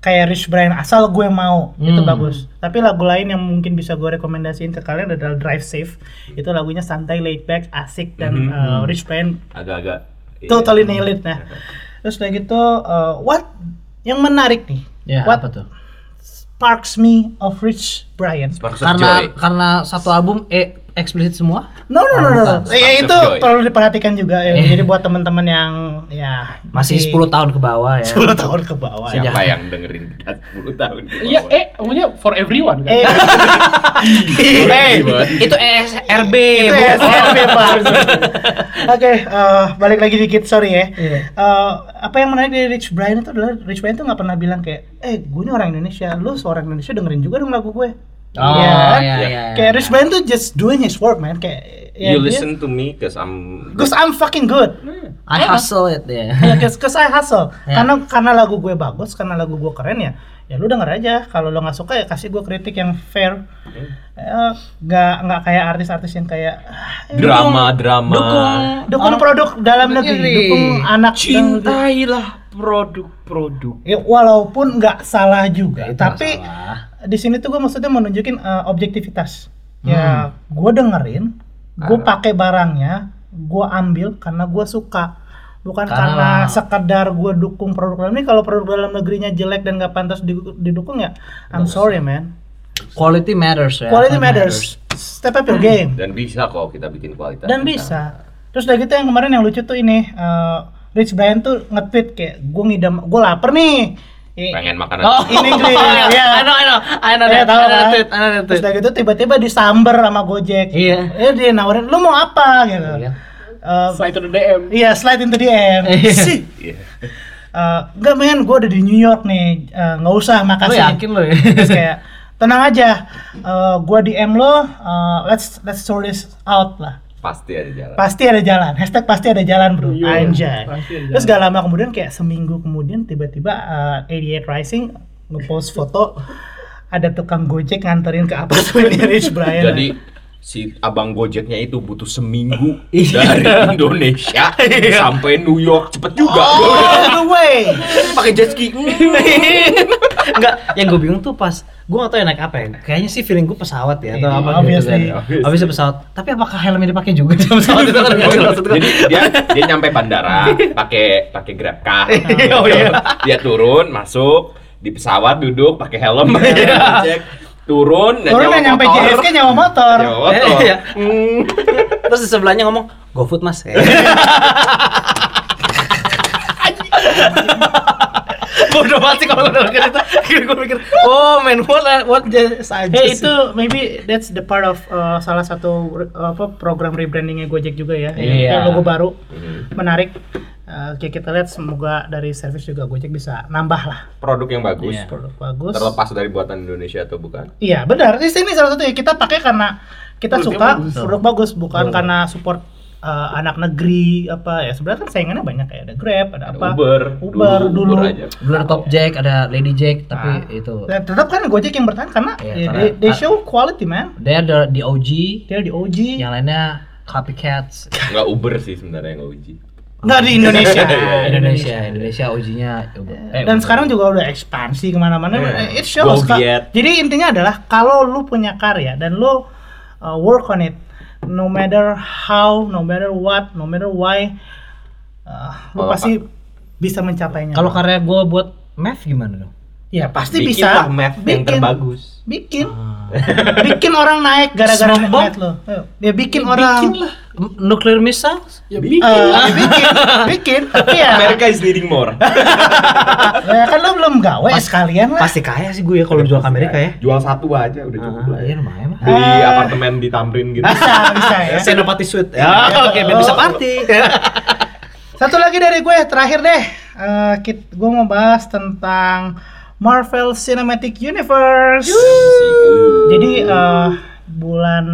S2: kayak Rich Brian asal gue mau itu
S4: Hmm.
S2: bagus tapi lagu lain yang mungkin bisa gue rekomendasiin ke kalian adalah Drive Safe itu lagunya santai laid back asik dan
S5: Mhm.
S2: uh, Rich Brian
S5: agak-agak iya.
S2: totally nail it
S5: <laughs>
S2: nah terus udah gitu uh, what yang menarik nih
S4: Ya,
S2: what
S4: apa tuh?
S2: sparks me of Rich Brian
S5: Sparks of
S4: Karena
S5: Joy.
S4: karena satu album eh eksplisit semua?
S2: no no no no, no.
S4: Bukan.
S2: Eh,
S5: Sparks of
S2: itu
S5: Joy.
S2: perlu diperhatikan juga ya.
S4: Eh.
S2: jadi buat teman-teman yang ya
S4: Masih
S2: <laughs>
S4: 10 tahun ke bawah ya.
S2: 10 tahun ke bawah ya.
S5: siapa yang dengerin kita 10 tahun ke
S7: Iya,
S5: bawah?
S7: eh, pokoknya for everyone kan.
S4: <laughs>
S2: Eh, <laughs>
S5: Eh,
S4: <laughs> Itu ESRB.
S2: Itu
S4: bukan-
S2: SRB, Pak. ya, Oke, eh, balik lagi dikit, sorry ya.
S4: Iya.
S2: Eh, apa yang menarik dari Rich Brian itu adalah Rich Brian tuh nggak pernah bilang kayak, eh gue ini orang Indonesia, lu seorang Indonesia dengerin juga dong lagu gue.
S4: Oh,
S2: Iya kan?
S4: iya, iya,
S2: Kayak
S4: iya.
S2: Rich Brian tuh just doing his work, man. Kayak
S5: you listen to me cause I'm
S2: Because I'm fucking good.
S4: I hustle it ya.
S2: Ya, cause, cause I hustle.
S4: Hmm. <laughs> Iya.
S2: Karena karena lagu gue bagus, karena lagu gue keren ya. Ya lu denger aja. Kalau lo nggak suka ya kasih gue kritik yang fair. Eh, Nggak nggak kayak artis-artis yang kayak "Ah, eh,
S5: drama-drama
S2: dukung produk dalam negeri,
S4: negeri.
S2: dukung anak dalam negeri.
S5: cintailah produk-produk
S2: Ya, walaupun nggak salah juga,
S4: Itu
S2: tapi
S4: masalah.
S2: di sini tuh gue maksudnya mau nunjukin eh, objektivitas. Ya, gue dengerin, gue pakai barangnya, gue ambil karena gue suka, bukan
S4: Karena-
S2: karena, sekedar gue dukung produk dalam negeri. Kalau produk dalam negerinya jelek dan nggak pantas di- didukung ya, I'm sorry man.
S4: quality matters ya.
S2: Quality matters. Step up your game. <clears throat>
S5: dan bisa kok kita bikin kualitas
S2: dan
S5: kita.
S2: bisa terus udah gitu yang kemarin yang lucu tuh ini eh, Rich Brian tuh nge-tweet kayak gue ngidam gue lapar nih I-
S5: pengen
S4: <laughs>
S5: makanan
S4: Oh,
S2: Ini
S4: <laughs>
S2: Inggris,
S4: I
S2: ya.
S4: know, I know, I know
S2: Iya,
S4: that,
S2: tahu
S4: I know
S2: kan?
S4: that, I know that.
S2: terus udah gitu tiba-tiba disamber sama Gojek
S4: Iya.
S2: eh dia nawarin lu mau apa gitu
S4: Iya.
S2: Eh,
S7: Slide to the DM.
S2: iya slide into DM
S4: Iya.
S2: sih
S5: <laughs> Iya.
S2: Eh, enggak men gue udah di New York nih Eh, nggak usah
S4: Lu
S2: makasih
S4: yakin <laughs> lu ya?
S2: terus kayak tenang aja Eh, gue DM lo eh, let's let's sort this out lah
S5: pasti ada jalan
S2: pasti ada jalan hashtag pasti ada jalan bro
S7: Iya,
S2: anjay
S7: pasti ada
S2: terus gak lama kemudian kayak seminggu kemudian tiba-tiba uh, 88 Rising ngepost foto ada tukang gojek nganterin ke apartemennya <laughs> Rich Brian
S5: jadi si abang gojeknya itu butuh seminggu dari Indonesia sampai New York cepet juga
S2: all the way
S5: <laughs> pakai jet ski
S4: Enggak, yang gue bingung tuh pas gue gak tau ya naik apa ya. Kayaknya sih feeling gue pesawat ya atau apa gitu kan.
S2: obviously.
S4: Habis itu pesawat. Tapi apakah helmnya dipakai juga di pesawat itu? kan? Nggak ngerti <laughs> maksud gua.
S5: jadi dia dia nyampe bandara pakai pakai grab car
S4: Oh, iya.
S5: dia turun masuk di pesawat duduk pakai helm pakai <laughs> jet, turun dan
S2: turun
S5: nyewa
S2: yang nyampe
S5: motor.
S2: JFK nyawa motor
S5: Nyewa
S4: <laughs>
S5: motor.
S4: Iya. Terus di sebelahnya ngomong, GoFood <laughs> mas. Bodoh banget sih kalau gue denger itu. Gue mikir, oh man, what, what just I
S2: Eh
S4: just-
S2: itu maybe that's the part of uh, salah satu uh, apa program rebrandingnya Gojek juga ya.
S4: Iya.
S2: Kayak Logo baru. Menarik. Uh, Oke, kita lihat semoga dari service juga Gojek bisa nambah lah.
S5: produk yang bagus
S4: Iya.
S2: Produk bagus.
S5: terlepas dari buatan Indonesia atau bukan
S2: Iya benar. Ini ini salah satu yang kita pakai karena kita
S7: Produknya
S2: suka
S7: bagus.
S2: produk bagus, bukan karena support uh, anak negeri apa ya. Sebenarnya kan saingannya banyak kayak ada Grab, ada,
S5: Ada
S2: apa.
S5: Uber
S2: Uber dulu.
S5: aja
S4: Belum ada Top Jack, ada Lady Jack, tapi itu
S2: Dan tetap kan Gojek yang bertahan karena,
S4: Iya,
S2: ya,
S4: karena-
S2: they, they show quality man.
S4: Dia ada the OG,
S2: Dia di OG.
S4: yang lainnya copycats.
S5: nggak Uber sih sebenarnya nggak uji
S2: Nggak di
S4: <laughs>
S2: Indonesia.
S4: Iya, Indonesia, Indonesia Iya. Eh, OG-nya.
S2: Dan sekarang juga udah ekspansi kemana-mana.
S5: Eh,
S2: Eh,
S5: Iya.
S2: It shows. Kak.
S5: Goviet.
S2: Jadi intinya adalah kalau lu punya karya dan lu uh, work on it, no matter how, no matter what, no matter why, uh, lu
S5: Kalau
S2: pasti bisa mencapainya.
S4: Kalau karya gue buat Math gimana dong?
S2: ya pasti
S5: Bikin
S2: bisa.
S5: lah map yang terbagus Ah.
S2: Bikin. bikin orang naik gara-gara net lo. Ayo. Ya bikin orang.
S7: Bikin lah.
S4: M- Nuclear missiles?
S7: Ya
S2: Eh,
S7: bikin.
S2: ya bikin, bikin. Tapi ya,
S5: America is needing more
S2: ya kan lu belum gawe sekalian lah.
S4: Pasti kaya sih gue ya kalau jual ke Amerika ya.
S5: jual satu aja udah cukup
S4: Ah,
S5: lah
S4: Iya
S5: ya.
S4: lumayan lah.
S5: beli
S2: Ah.
S5: apartemen di Tamrin
S4: <laughs>
S5: gitu
S2: Bisa, bisa ya.
S4: Senopati Suite. Ya, oke, biar bisa
S2: <laughs>
S4: party.
S2: Satu lagi dari gue terakhir deh. Eh kit- gue mau bahas tentang Marvel Cinematic Universe. Jadi eh bulan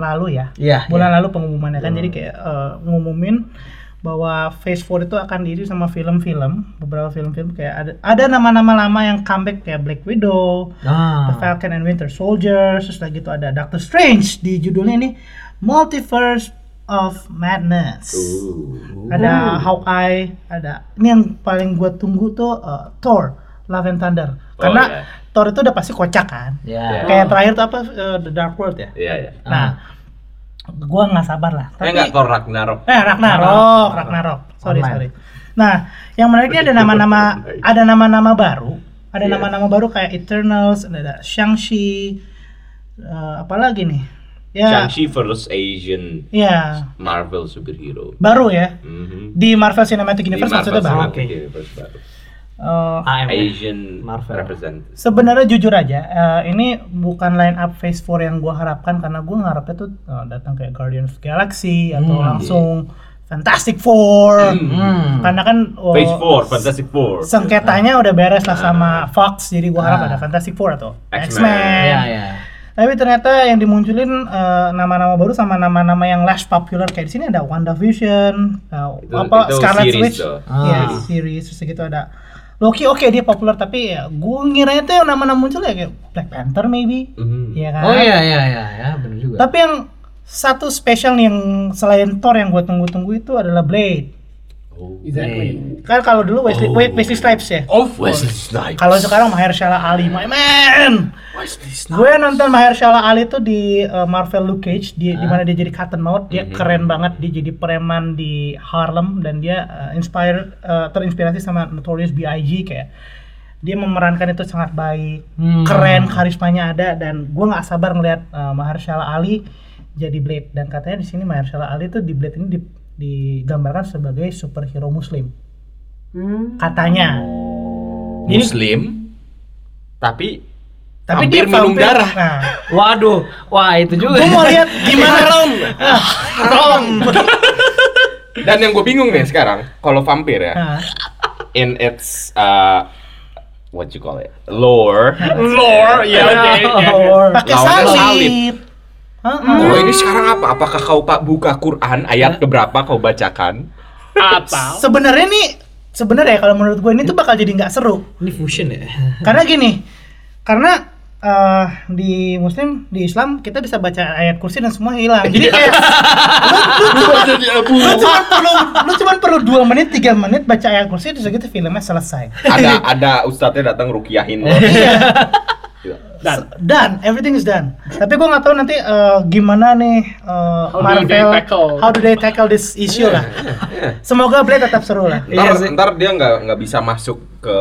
S2: lalu ya.
S4: Iya,
S2: Bulan lalu pengumumannya kan jadi kayak eh, ngumumin bahwa Phase 4 itu akan diisi sama film-film, beberapa film-film kayak ada ada nama-nama lama yang comeback kayak Black Widow,
S4: Ah.
S2: The Falcon and Winter Soldier, terus lagi itu ada Doctor Strange di judulnya ini Multiverse of Madness.
S5: Hmm.
S2: Ada Hawkeye, ada ini yang paling gue tunggu tuh uh, Thor Love and Thunder.
S5: Oh,
S2: Karena
S5: iya. Oh.
S2: Thor itu udah pasti kocak kan.
S4: Ya.
S2: Kayak terakhir tuh apa eh, The Dark World ya.
S5: Iya, iya.
S2: Nah, gua nggak sabar lah.
S5: Eh enggak Thor Ragnarok.
S2: Eh Ragnarok, Ragnarok. Sorry
S4: Online.
S2: sorry. Nah, yang menariknya ada nama-nama ada nama-nama baru, ada
S5: Iya.
S2: nama-nama baru kayak Eternals, ada, ada Shang-Chi, eh, apalagi nih?
S4: Iya.
S2: Ya,
S5: Shang-Chi versus Asian
S2: ya
S5: Marvel superhero.
S2: baru ya
S5: Mhm.
S2: di Marvel Cinematic
S5: Di
S2: Universe
S5: Marvel
S2: maksudnya baru.
S5: Cinematic Universe baru.
S2: Eh,
S4: AM.
S5: Asian
S4: Marvel.
S5: represent.
S2: Sebenarnya jujur aja, eh, ini bukan line up Phase 4 yang gua harapkan karena gua ngarepnya tuh eh, datang kayak Guardians of Galaxy atau langsung Fantastic
S4: iya.
S2: Four.
S4: Hmm.
S2: Karena kan oh,
S5: Phase 4, Fantastic Four.
S2: sengketanya udah beres lah sama Fox, jadi gua harap
S4: Ah.
S2: ada Fantastic Four atau
S5: X-Men.
S2: X-Men.
S4: Ya, ya.
S2: Tapi ternyata yang dimunculin eh, nama-nama baru sama nama-nama yang less popular kayak di sini ada WandaVision, eh,
S5: Itu-
S2: apa
S5: itu
S2: Scarlet
S5: series
S2: Witch,
S5: tuh.
S2: ya
S4: Ah.
S2: series terus gitu ada Loki oke dia populer tapi ya gue ngiranya tuh yang nama-nama muncul ya kayak Black Panther maybe,
S5: Mhm.
S2: Iya kan?
S4: Oh iya iya iya ya, benar juga.
S2: Tapi yang satu spesial nih yang selain Thor yang gue tunggu-tunggu itu adalah Blade.
S5: Oh.
S7: Exactly.
S2: Kan kalau dulu Wesley, Wait, Wesley Snipes ya.
S7: Of
S5: Wesley
S7: course.
S5: Snipes.
S2: Kalau sekarang Mahershala Ali, my man.
S5: Wesley Snipes.
S2: Gue nonton Mahershala Ali tuh di uh, Marvel Luke Cage, di
S5: Ah.
S2: di mana dia jadi Cotton Mouth,
S5: Mhm.
S2: dia keren banget, dia jadi preman di Harlem dan dia uh, inspire uh, terinspirasi sama Notorious B.I.G kayak dia memerankan itu sangat baik,
S5: Hmm.
S2: keren, karismanya ada dan gue nggak sabar ngelihat uh, Mahershala Ali jadi Blade dan katanya di sini Mahershala Ali tuh di Blade ini di- digambarkan sebagai superhero Muslim, katanya.
S5: Oh. Muslim. Tapi
S2: Tapi dia
S5: Vampir minum
S2: vampir-
S5: darah.
S2: Nah,
S4: Waduh, wah itu juga. <laughs>
S2: gue mau
S5: <laughs>
S2: lihat Nah. gimana
S5: haram. haram. Dan yang gue bingung nih sekarang, kalau vampir ya,
S2: Nah,
S5: in its uh, what you call it lore
S7: Lore, ya oke.
S4: Oh,
S2: pakai
S5: Lawannya
S2: salib.
S5: salib.
S2: Heeh.
S5: oh ini sekarang apa apakah kau pak buka Quran ayat keberapa kau bacakan
S7: Atau
S2: Sebenarnya nih, sebenarnya ya kalau menurut gue ini tuh bakal jadi nggak seru.
S4: Ini fusion ya.
S2: Karena gini, karena eh, di Muslim, di Islam kita bisa baca ayat kursi dan semua hilang. Jadi kayak lu, lu, cuma, lu cuma perlu lu cuma perlu dua menit tiga menit baca ayat kursi terus gitu filmnya selesai.
S5: ada ada ustadznya datang rukiahin Iya. lo
S7: dan
S2: Done, everything is done. Tapi gue nggak tahu nanti eh, gimana nih eh,
S7: How do
S2: Marvel,
S7: they tackle?
S2: how do they tackle this issue lah. Semoga Blade tetap seru lah.
S5: ntar, ntar dia nggak nggak bisa masuk ke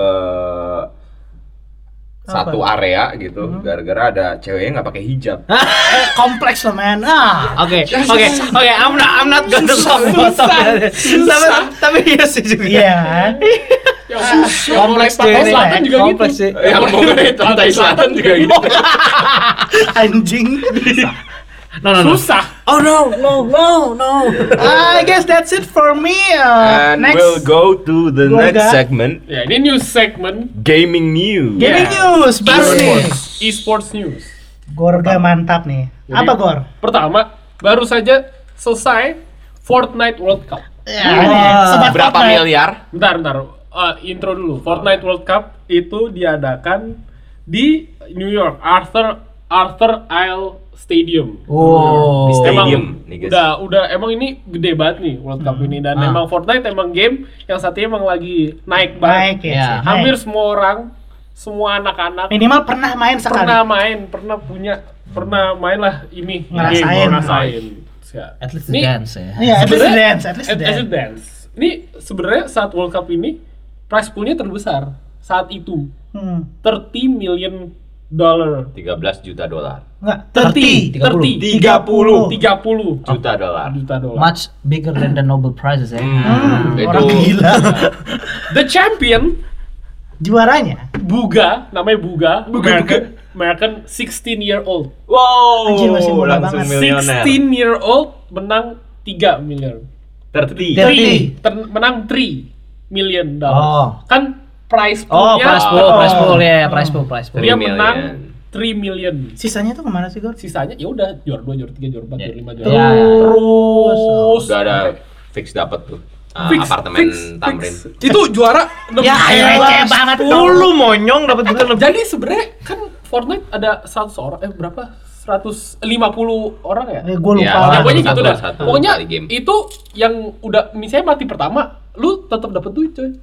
S5: satu area gitu gara-gara ada ceweknya nggak pakai hijab
S2: Eh, kompleks loh man. Ah.
S4: <laughs> Oke, oke, oke. I'm not, I'm not gonna talk about that. Tapi, tapi iya sih juga.
S2: Iya.
S7: ya sus-
S4: Kompleks
S7: Pantai
S4: ini.
S7: Selatan juga gitu.
S4: Kompleks sih.
S5: <laughs> yang mau ke pantai selatan juga gitu
S2: Anjing.
S4: No, no, no.
S7: susah.
S4: Oh no, no, no, no.
S2: Uh, I guess that's it for me. Uh,
S5: and
S2: next
S5: we'll go to the
S2: Gua
S5: next
S2: nggak.
S5: segment
S7: Ya ini news segment
S5: gaming news
S2: gaming news baru nih.
S7: esports news.
S2: Gorga mantap nih.
S7: Jadi-
S2: Apa Gor?
S7: Pertama, baru saja selesai Fortnite World Cup.
S2: Ya, nih, sobat
S5: <laughs> berapa
S2: Fortnite.
S5: miliar
S7: Bentar, bentar. Eh, intro dulu. Fortnite World Cup itu diadakan di New York, Arthur Arthur Isle Stadium.
S4: Oh.
S5: Di stadium. nih, guys.
S7: udah udah emang ini gede banget nih World Cup ini dan
S4: Ah.
S7: emang Fortnite emang game yang saat ini emang lagi
S2: Baik
S7: naik banget.
S2: ya.
S4: Ya.
S2: sih, baik.
S7: Hampir semua orang, semua anak-anak
S2: minimal pernah main sekali.
S7: pernah main, pernah punya, pernah main lah ini
S2: Ngerasain.
S7: game, ngerasain. Ya.
S4: At least
S7: Ini-
S4: the dance ya.
S2: Iya, at least
S7: Sebenarnya-
S2: dance, at least
S7: At- at
S2: dance.
S7: least dance. Ini sebenarnya saat World Cup ini prize poolnya terbesar saat itu
S2: Hmm.
S7: 30 million dollar.
S5: 13 juta dolar
S2: Enggak, 30.
S7: 30,
S5: 30
S7: 30, 30
S5: juta dolar
S7: juta dolar.
S4: Much bigger than the Nobel Prizes ya.
S5: Hmm, itu
S2: Ah, Orang gila.
S7: The champion
S2: Juaranya.
S7: Buga, namanya Buga, American, American 16 year old.
S5: Wow,
S2: Anjir, masih muda
S5: langsung
S2: banget.
S5: milioner.
S7: 16 year old menang 3 million.
S5: 30.
S4: 30.
S7: Ter- menang 3 million
S4: Oh.
S7: dollars. Kan prize
S4: Oh,
S7: poolnya
S4: prize pool, prize pool ya, prize pool, prize pool.
S7: dia
S5: 3 million.
S7: menang 3 million.
S2: Sisanya tuh kemana sih Gor?
S7: Sisanya ya udah juara 2, juara 3, juara 4, juara 5, juara
S4: Ya, ya.
S7: Terus
S5: Udah ada fix dapat tuh. uh,
S7: Fix,
S5: apartemen
S7: fix,
S5: <laughs> Tamrin.
S7: fix. Itu juara 6
S2: Ya, receh banget dong.
S4: monyong dapat gitu lebih.
S7: Jadi sebenarnya kan Fortnite ada 100 orang eh berapa? 150 orang ya?
S2: Eh, gue lupa.
S5: Ya,
S2: lah.
S7: Ya, pokoknya
S5: Satu,
S7: gitu dah.
S5: satu
S7: pokoknya
S5: kali game.
S7: itu yang udah misalnya mati pertama, lu tetap dapat duit coy.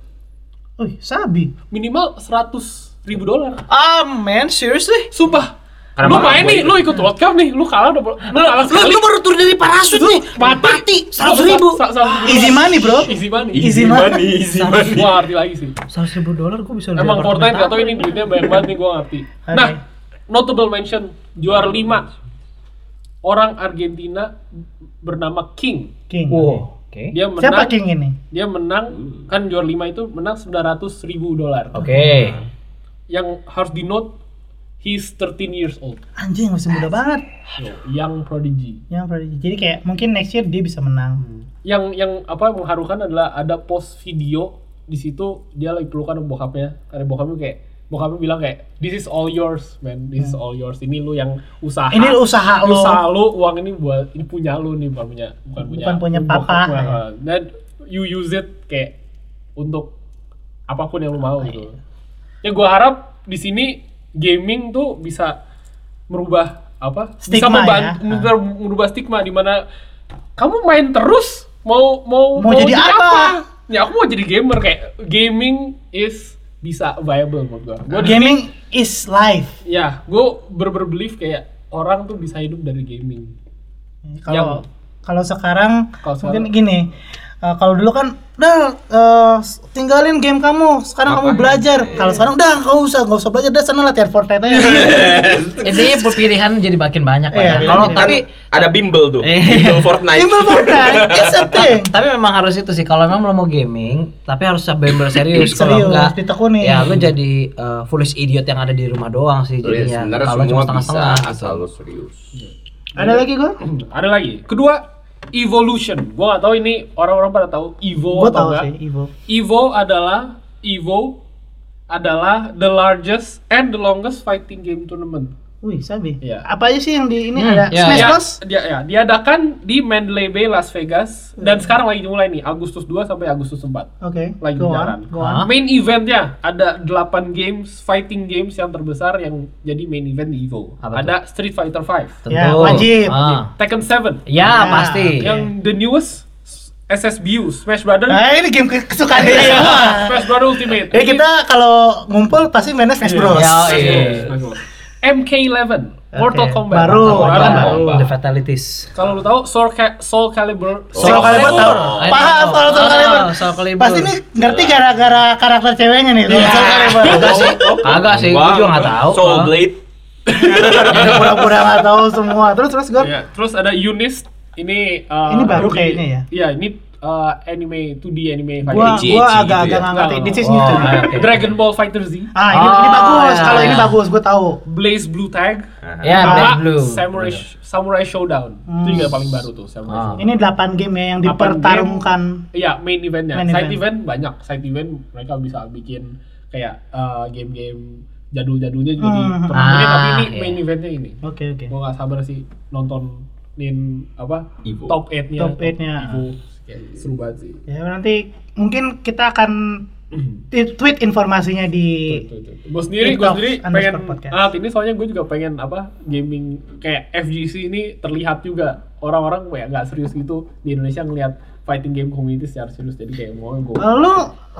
S2: Wih, sabi.
S7: minimal 100 ribu dolar.
S3: Ah man, seriously?
S7: Sumpah.
S6: Karena
S7: lu
S6: mahal
S7: main
S6: gua
S7: nih,
S6: itu.
S7: lu ikut World Cup nih, lu kalah udah lu kalah
S4: iya.
S3: Lu,
S7: sekali.
S3: lu baru turun dari parasut
S7: Lu
S3: nih.
S7: mati
S3: seratus ribu.
S7: Sa- sa- sa-
S2: Easy money, bro.
S7: Easy money.
S2: Easy money.
S5: easy
S7: Gua
S5: <laughs>
S7: nggak ngerti lagi sih.
S4: seratus ribu dolar gue bisa
S7: Emang Fortnite gak tau ini duitnya banyak banget nih gua ngerti.
S2: Hai.
S7: Nah, notable mention juara 5 orang Argentina bernama King.
S2: King.
S4: oke
S7: Dia menang.
S2: Siapa King ini?
S7: Dia menang kan juara 5 itu menang 900 ribu dolar.
S4: oke
S7: Yang harus di note he's 13 years old.
S2: Anjing masih muda banget.
S7: Young prodigy.
S2: Yang prodigy. Jadi kayak mungkin next year dia bisa menang.
S7: Hmm. yang yang apa yang mengharukan adalah ada post video di situ dia lagi pelukan sama bokapnya karena bokapnya kayak bokapnya bilang kayak this is all yours man this is all yours ini lu yang usaha
S2: Hmm. Ini usaha lu.
S7: usaha lu uang ini buat ini punya lu nih bukan punya bukan punya
S2: Bukan punya
S7: bokap
S2: papa.
S7: gua. dan you use it kayak untuk apapun yang lu mau gitu
S2: Iya.
S7: ya gua harap di sini gaming tuh bisa merubah apa bisa
S2: Stigma
S7: memban-
S2: ya.
S7: merubah, merubah stigma di mana kamu main terus mau mau
S2: Mau jadi apa?
S7: ya aku mau jadi gamer kayak gaming is bisa viable menurut gua gua di-
S2: Gaming is life.
S7: ya gua berber belief kayak orang tuh bisa hidup dari gaming <clears throat>
S2: Kalau
S7: Yang-
S2: kalau sekarang
S7: Kalau
S2: mungkin
S7: sekarang-
S2: gini. eh, kalau dulu kan, udah eh, tinggalin game kamu. Sekarang kamu belajar.
S7: Iya.
S2: Kalau sekarang udah nggak usah, nggak usah belajar. Udah sana latihan Fortnite
S7: <laughs>
S2: aja.
S4: intinya pilihan jadi makin banyak lah
S2: Iya,
S4: ya.
S2: pilihan
S4: kalau
S2: jadi
S4: tapi
S5: kan ada bimbel tuh
S4: Eh.
S5: bimbel Fortnite
S2: Simple
S5: <laughs>
S2: Fortnite, it's a
S7: <laughs>
S2: thing.
S4: tapi memang harus itu sih kalau memang lo mau gaming tapi harus bener
S2: <coughs>
S4: serius
S2: Serius,
S4: kalau enggak
S2: ditekuni.
S4: ya lo jadi eh, foolish idiot yang ada di rumah doang sih jadinya
S5: Jadi Oh Iya, sebenarnya
S4: Iya, kalau
S5: semua
S4: cuma
S5: bisa
S4: setengah-setengah
S5: asal lo serius.
S2: Ada lagi gue?
S7: ada lagi kedua evolution gua nggak tahu ini orang-orang pada tahu evo
S2: Gue
S7: atau
S2: tahu
S7: enggak
S2: sih, Ivo.
S7: evo adalah evo adalah the largest and the longest fighting game tournament
S2: Wih, sabi.
S7: Iya.
S2: Apa aja sih yang di ini
S4: Hmm,
S2: ada?
S4: iya,
S2: Smash
S7: Ya,
S2: Bros?
S7: dia, ya, diadakan di Mandalay Bay, Las Vegas dan
S2: Hmm.
S7: sekarang lagi mulai nih Agustus 2 sampai Agustus 4.
S2: Oke,
S7: Lagi
S2: go
S7: jalan.
S2: on, go
S7: <laughs>
S4: Hah?
S2: on.
S7: Main eventnya ada 8 games, fighting games yang terbesar yang jadi main event di EVO.
S4: Apa tuh?
S7: ada Street Fighter 5,
S4: tentu
S2: Ya, wajib.
S4: Ah.
S7: Tekken 7,
S4: ya,
S2: Ya.
S4: pasti
S7: yang the newest SSBU, Smash Brothers.
S2: Nah, ini game ke- kesukaan dia
S7: <laughs>
S2: semua.
S7: Smash Brothers Ultimate.
S2: Ya iya. kita kalau ngumpul pasti mainnya Smash Bros.
S4: Ya,
S7: Smash
S4: iya.
S7: Bros, Smash Bros. MK11, Mortal
S2: Oke,
S7: Kombat.
S2: baru,
S7: Mortal
S4: Wajib.
S7: Kombat.
S4: the fatalities
S7: Kalau lu tahu Soul, Ca- Soul Calibur.
S2: Soal
S5: Oh.
S2: kaliber tahu.
S4: Oh.
S2: Paham kalau soal
S4: Oh,
S2: kaliber. Iya.
S4: Soul Calibur.
S2: Pasti ini ngerti gara-gara karakter ceweknya nih. Soal <laughs> kaliber.
S4: Enggak sih, agak sih, gue
S5: Wah,
S4: juga nggak tahu.
S5: Soul
S4: Ah.
S5: Blade.
S2: Ini pura-pura nggak tahu semua. Terus terus gue.
S7: Iya, terus ada Unis ini uh,
S2: Ini baru
S7: di-
S2: kayaknya ya?
S7: Iya, ini uh, anime 2D anime
S2: Gua
S5: Eci,
S2: gua
S5: eci
S2: agak-agak
S5: gitu ya.
S2: nggak ngerti. This is
S4: Wow.
S2: new to me.
S4: Ah, oke.
S7: Dragon Ball Fighter Z,
S2: Ah, ini ini
S4: Ah,
S2: bagus.
S4: ya,
S2: Kalau ini
S4: ya.
S2: bagus, gue tahu.
S7: Blaze Blue Tag,
S4: Ya,
S2: Ah,
S4: Black
S7: sama
S4: Blue.
S7: Samurai Samurai Showdown. Itu juga paling baru tuh Samurai
S4: Ah.
S7: Showdown.
S2: Ini 8 game ya yang
S7: Delapan
S2: dipertarungkan.
S7: game, Iya, main eventnya.
S2: Main
S7: Side
S2: event.
S7: event banyak. Side event mereka bisa bikin kayak uh, game-game jadul-jadulnya jadi
S2: Hmm.
S7: turnamen, tapi
S4: Ah,
S7: ini
S4: iya.
S7: main eventnya ini.
S2: Oke oke.
S7: Gua nggak sabar sih nontonin apa
S5: Evo.
S7: top 8-nya.
S2: Top 8-nya.
S7: Seru banget sih.
S2: Ya nanti mungkin kita akan t- tweet informasinya di
S7: Gue sendiri, gue
S2: TikTok
S7: sendiri
S2: underscore
S7: pengen
S2: podcast.
S7: alat ini soalnya gue juga pengen apa gaming kayak FGC ini terlihat juga orang-orang kayak nggak serius gitu di Indonesia ngelihat fighting game community secara serius jadi kayak mau gue
S2: Eh, lu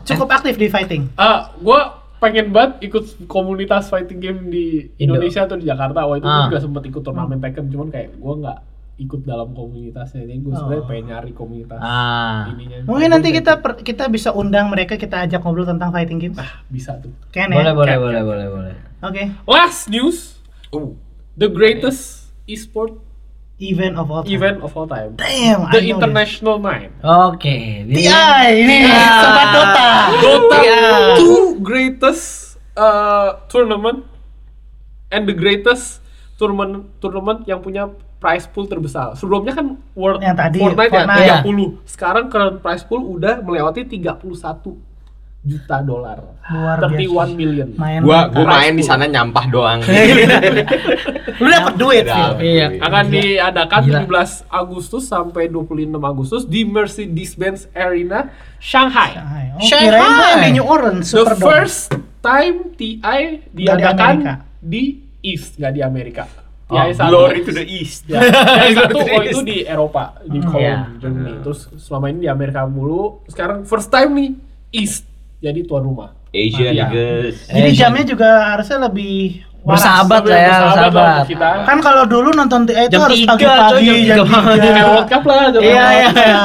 S2: cukup aktif di fighting.
S7: ah gue pengen banget ikut komunitas fighting game di
S4: Indo.
S7: Indonesia atau di Jakarta wah itu gue
S4: Ah.
S7: juga sempet ikut turnamen
S2: Hmm.
S7: Tekken cuman kayak gue nggak ikut dalam komunitasnya ini gue sebenarnya pengen nyari komunitas
S4: Ah.
S7: ininya
S2: Oh. Mungkin nanti kita per- kita bisa undang mereka kita ajak ngobrol tentang fighting games.
S7: bisa tuh
S2: Keren ya?
S4: Ah, Boleh, boleh,
S7: Cat,
S4: boleh,
S7: cat.
S4: boleh, boleh.
S2: Oke.
S7: last news the greatest e-sport
S2: Event of all time.
S7: event of all time
S2: Damn,
S7: The
S2: I know
S7: International Nine.
S4: Oke, di-
S2: this. TI ini
S4: Ya.
S2: sempat Dota.
S7: Dota
S4: Iya.
S7: two greatest uh, tournament and the greatest tournament tournament yang punya prize pool terbesar. Sebelumnya kan World
S2: Yang tadi,
S7: Fortnite,
S2: Fortnite.
S7: ya 30. Sekarang current prize pool udah melewati 31 juta dolar.
S2: Luar
S7: 31 million.
S2: Main.
S5: Gua gua main di sana nyampah doang.
S2: Lu dapet duit sih.
S5: Udah,
S4: Iya.
S5: gue.
S7: Akan diadakan
S4: Gila.
S7: 17 Agustus sampai 25 Agustus di Mercedes-Benz Arena, Shanghai.
S2: Oh,
S4: Shanghai.
S2: kirain gua yang di New Orleans
S7: The
S2: Superdome.
S7: first time TI
S2: Amerika. Oh,
S7: diadakan di East, nggak di Amerika. TI satu.
S5: Glory to the East.
S7: Ya,
S2: <laughs>
S7: TI satu oh itu di Eropa,
S2: Hmm.
S7: di Cologne,
S2: Ya,
S4: Iya.
S7: Germany. Terus selama ini di Amerika mulu. Sekarang first time nih East. jadi tuan rumah.
S5: Asia
S7: Iya.
S5: niggas.
S2: Jadi jamnya juga harusnya lebih waras.
S4: Bersahabat lah ya,
S7: Bersahabat lah
S4: bersahabat.
S7: untuk kita.
S2: Kan kalau dulu nonton TI itu
S4: Jam
S2: harus
S4: tiga, coy, jam
S2: pagi-pagi, jam
S4: tiga
S2: <laughs>
S4: malam.
S7: Kayak World
S2: 3.
S7: Cup lah, jangan
S2: Iya,
S7: malam.
S2: iya, iya.